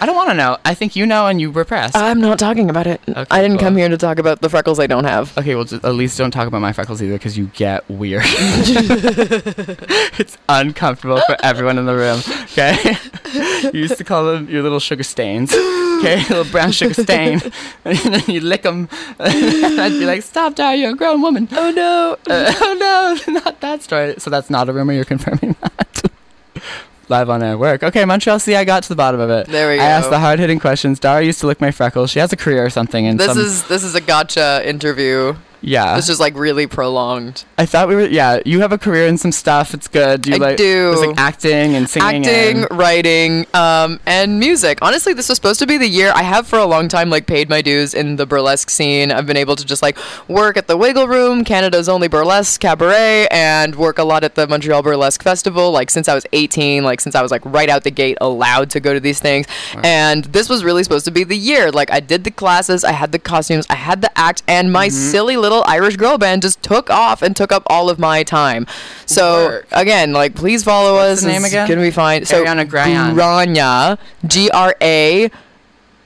Speaker 1: I don't want to know. I think you know and you repress.
Speaker 2: I'm not talking about it. I didn't come
Speaker 1: cool.
Speaker 2: here to talk about the freckles I don't have.
Speaker 1: okay, well, just, at least don't talk about my freckles either because you get
Speaker 2: *laughs*
Speaker 1: weird. it's uncomfortable for everyone in the room, okay? you used to call them your little sugar stains, okay? little brown sugar stain. *laughs* and then you lick them. and *laughs* I'd be like, stop, Dad, you're a grown woman.
Speaker 2: Oh no.
Speaker 1: Uh, *laughs* oh no, *laughs* not that story. So that's not a rumor. You're confirming *laughs* that. Live on air work. Okay, Montreal. See, I got to the bottom of it.
Speaker 2: There we
Speaker 1: I asked
Speaker 2: go.
Speaker 1: the hard hitting questions. Dara used to lick my freckles. She has a career or something. And
Speaker 2: This
Speaker 1: some, Uh.
Speaker 2: is this is a gotcha interview.
Speaker 1: yeah.
Speaker 2: This is like really prolonged.
Speaker 1: I thought we were. Yeah, you have a career in some stuff. It's good. You
Speaker 2: I
Speaker 1: like
Speaker 2: do.
Speaker 1: There's like acting and singing.
Speaker 2: acting,
Speaker 1: and-
Speaker 2: writing, um, and music. Honestly, this was supposed to be the year I have for a long time like paid my dues in the burlesque scene. I've been able to just like work at the Wiggle Room, Canada's only burlesque cabaret, and work a lot at the Montreal Burlesque Festival. Like since I was 18, like since I was like right out the gate allowed to go to these things. And this was really supposed to be the year. Like I did the classes, I had the costumes, I had the act, and my
Speaker 1: Mm-hmm.
Speaker 2: silly little Irish girl band just took off and took up all of my time. So
Speaker 1: Work.
Speaker 2: again, like please follow us
Speaker 1: What's the name
Speaker 2: it's
Speaker 1: again?
Speaker 2: Gonna be fine. So
Speaker 1: Ariana Grande.
Speaker 2: Grania, G R A,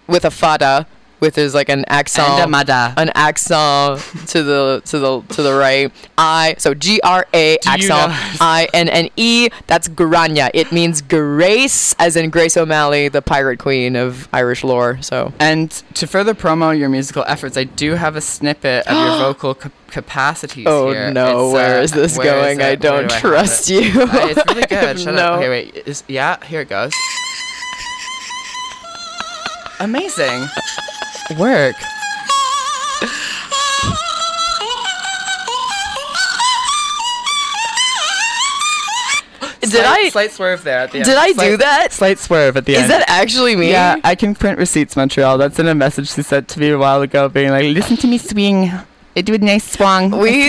Speaker 2: with a fada, with is like an accent,
Speaker 1: And a mada.
Speaker 2: an accent to the to the to the right. I so G R A
Speaker 1: you
Speaker 2: accent
Speaker 1: know- *laughs*
Speaker 2: I N N E. That's Grania. It means grace, as in Grace O'Malley, the pirate queen of Irish lore. So
Speaker 1: And to further promo your musical efforts, I do have a snippet of
Speaker 2: *gasps*
Speaker 1: your vocal cap- capacities
Speaker 2: oh
Speaker 1: here.
Speaker 2: no,
Speaker 1: It's,
Speaker 2: where
Speaker 1: uh,
Speaker 2: is this
Speaker 1: where is
Speaker 2: going?
Speaker 1: it?
Speaker 2: I
Speaker 1: Where
Speaker 2: don't
Speaker 1: do have
Speaker 2: trust
Speaker 1: it?
Speaker 2: *laughs* you.
Speaker 1: Uh, *laughs* it's really
Speaker 2: I have
Speaker 1: good. Shut
Speaker 2: no-
Speaker 1: up. Okay, wait. Is, yeah, here it goes. Amazing. Work.
Speaker 2: Did
Speaker 1: Slight-
Speaker 2: I
Speaker 1: Slight swerve there at the end.
Speaker 2: did I do
Speaker 1: Slight-
Speaker 2: that?
Speaker 1: Slight swerve at the end.
Speaker 2: Is that actually me?
Speaker 1: Yeah, I can print receipts, Montreal. That's in a message she sent to me a while ago, being like, listen to me swing. I do a nice swang.
Speaker 2: We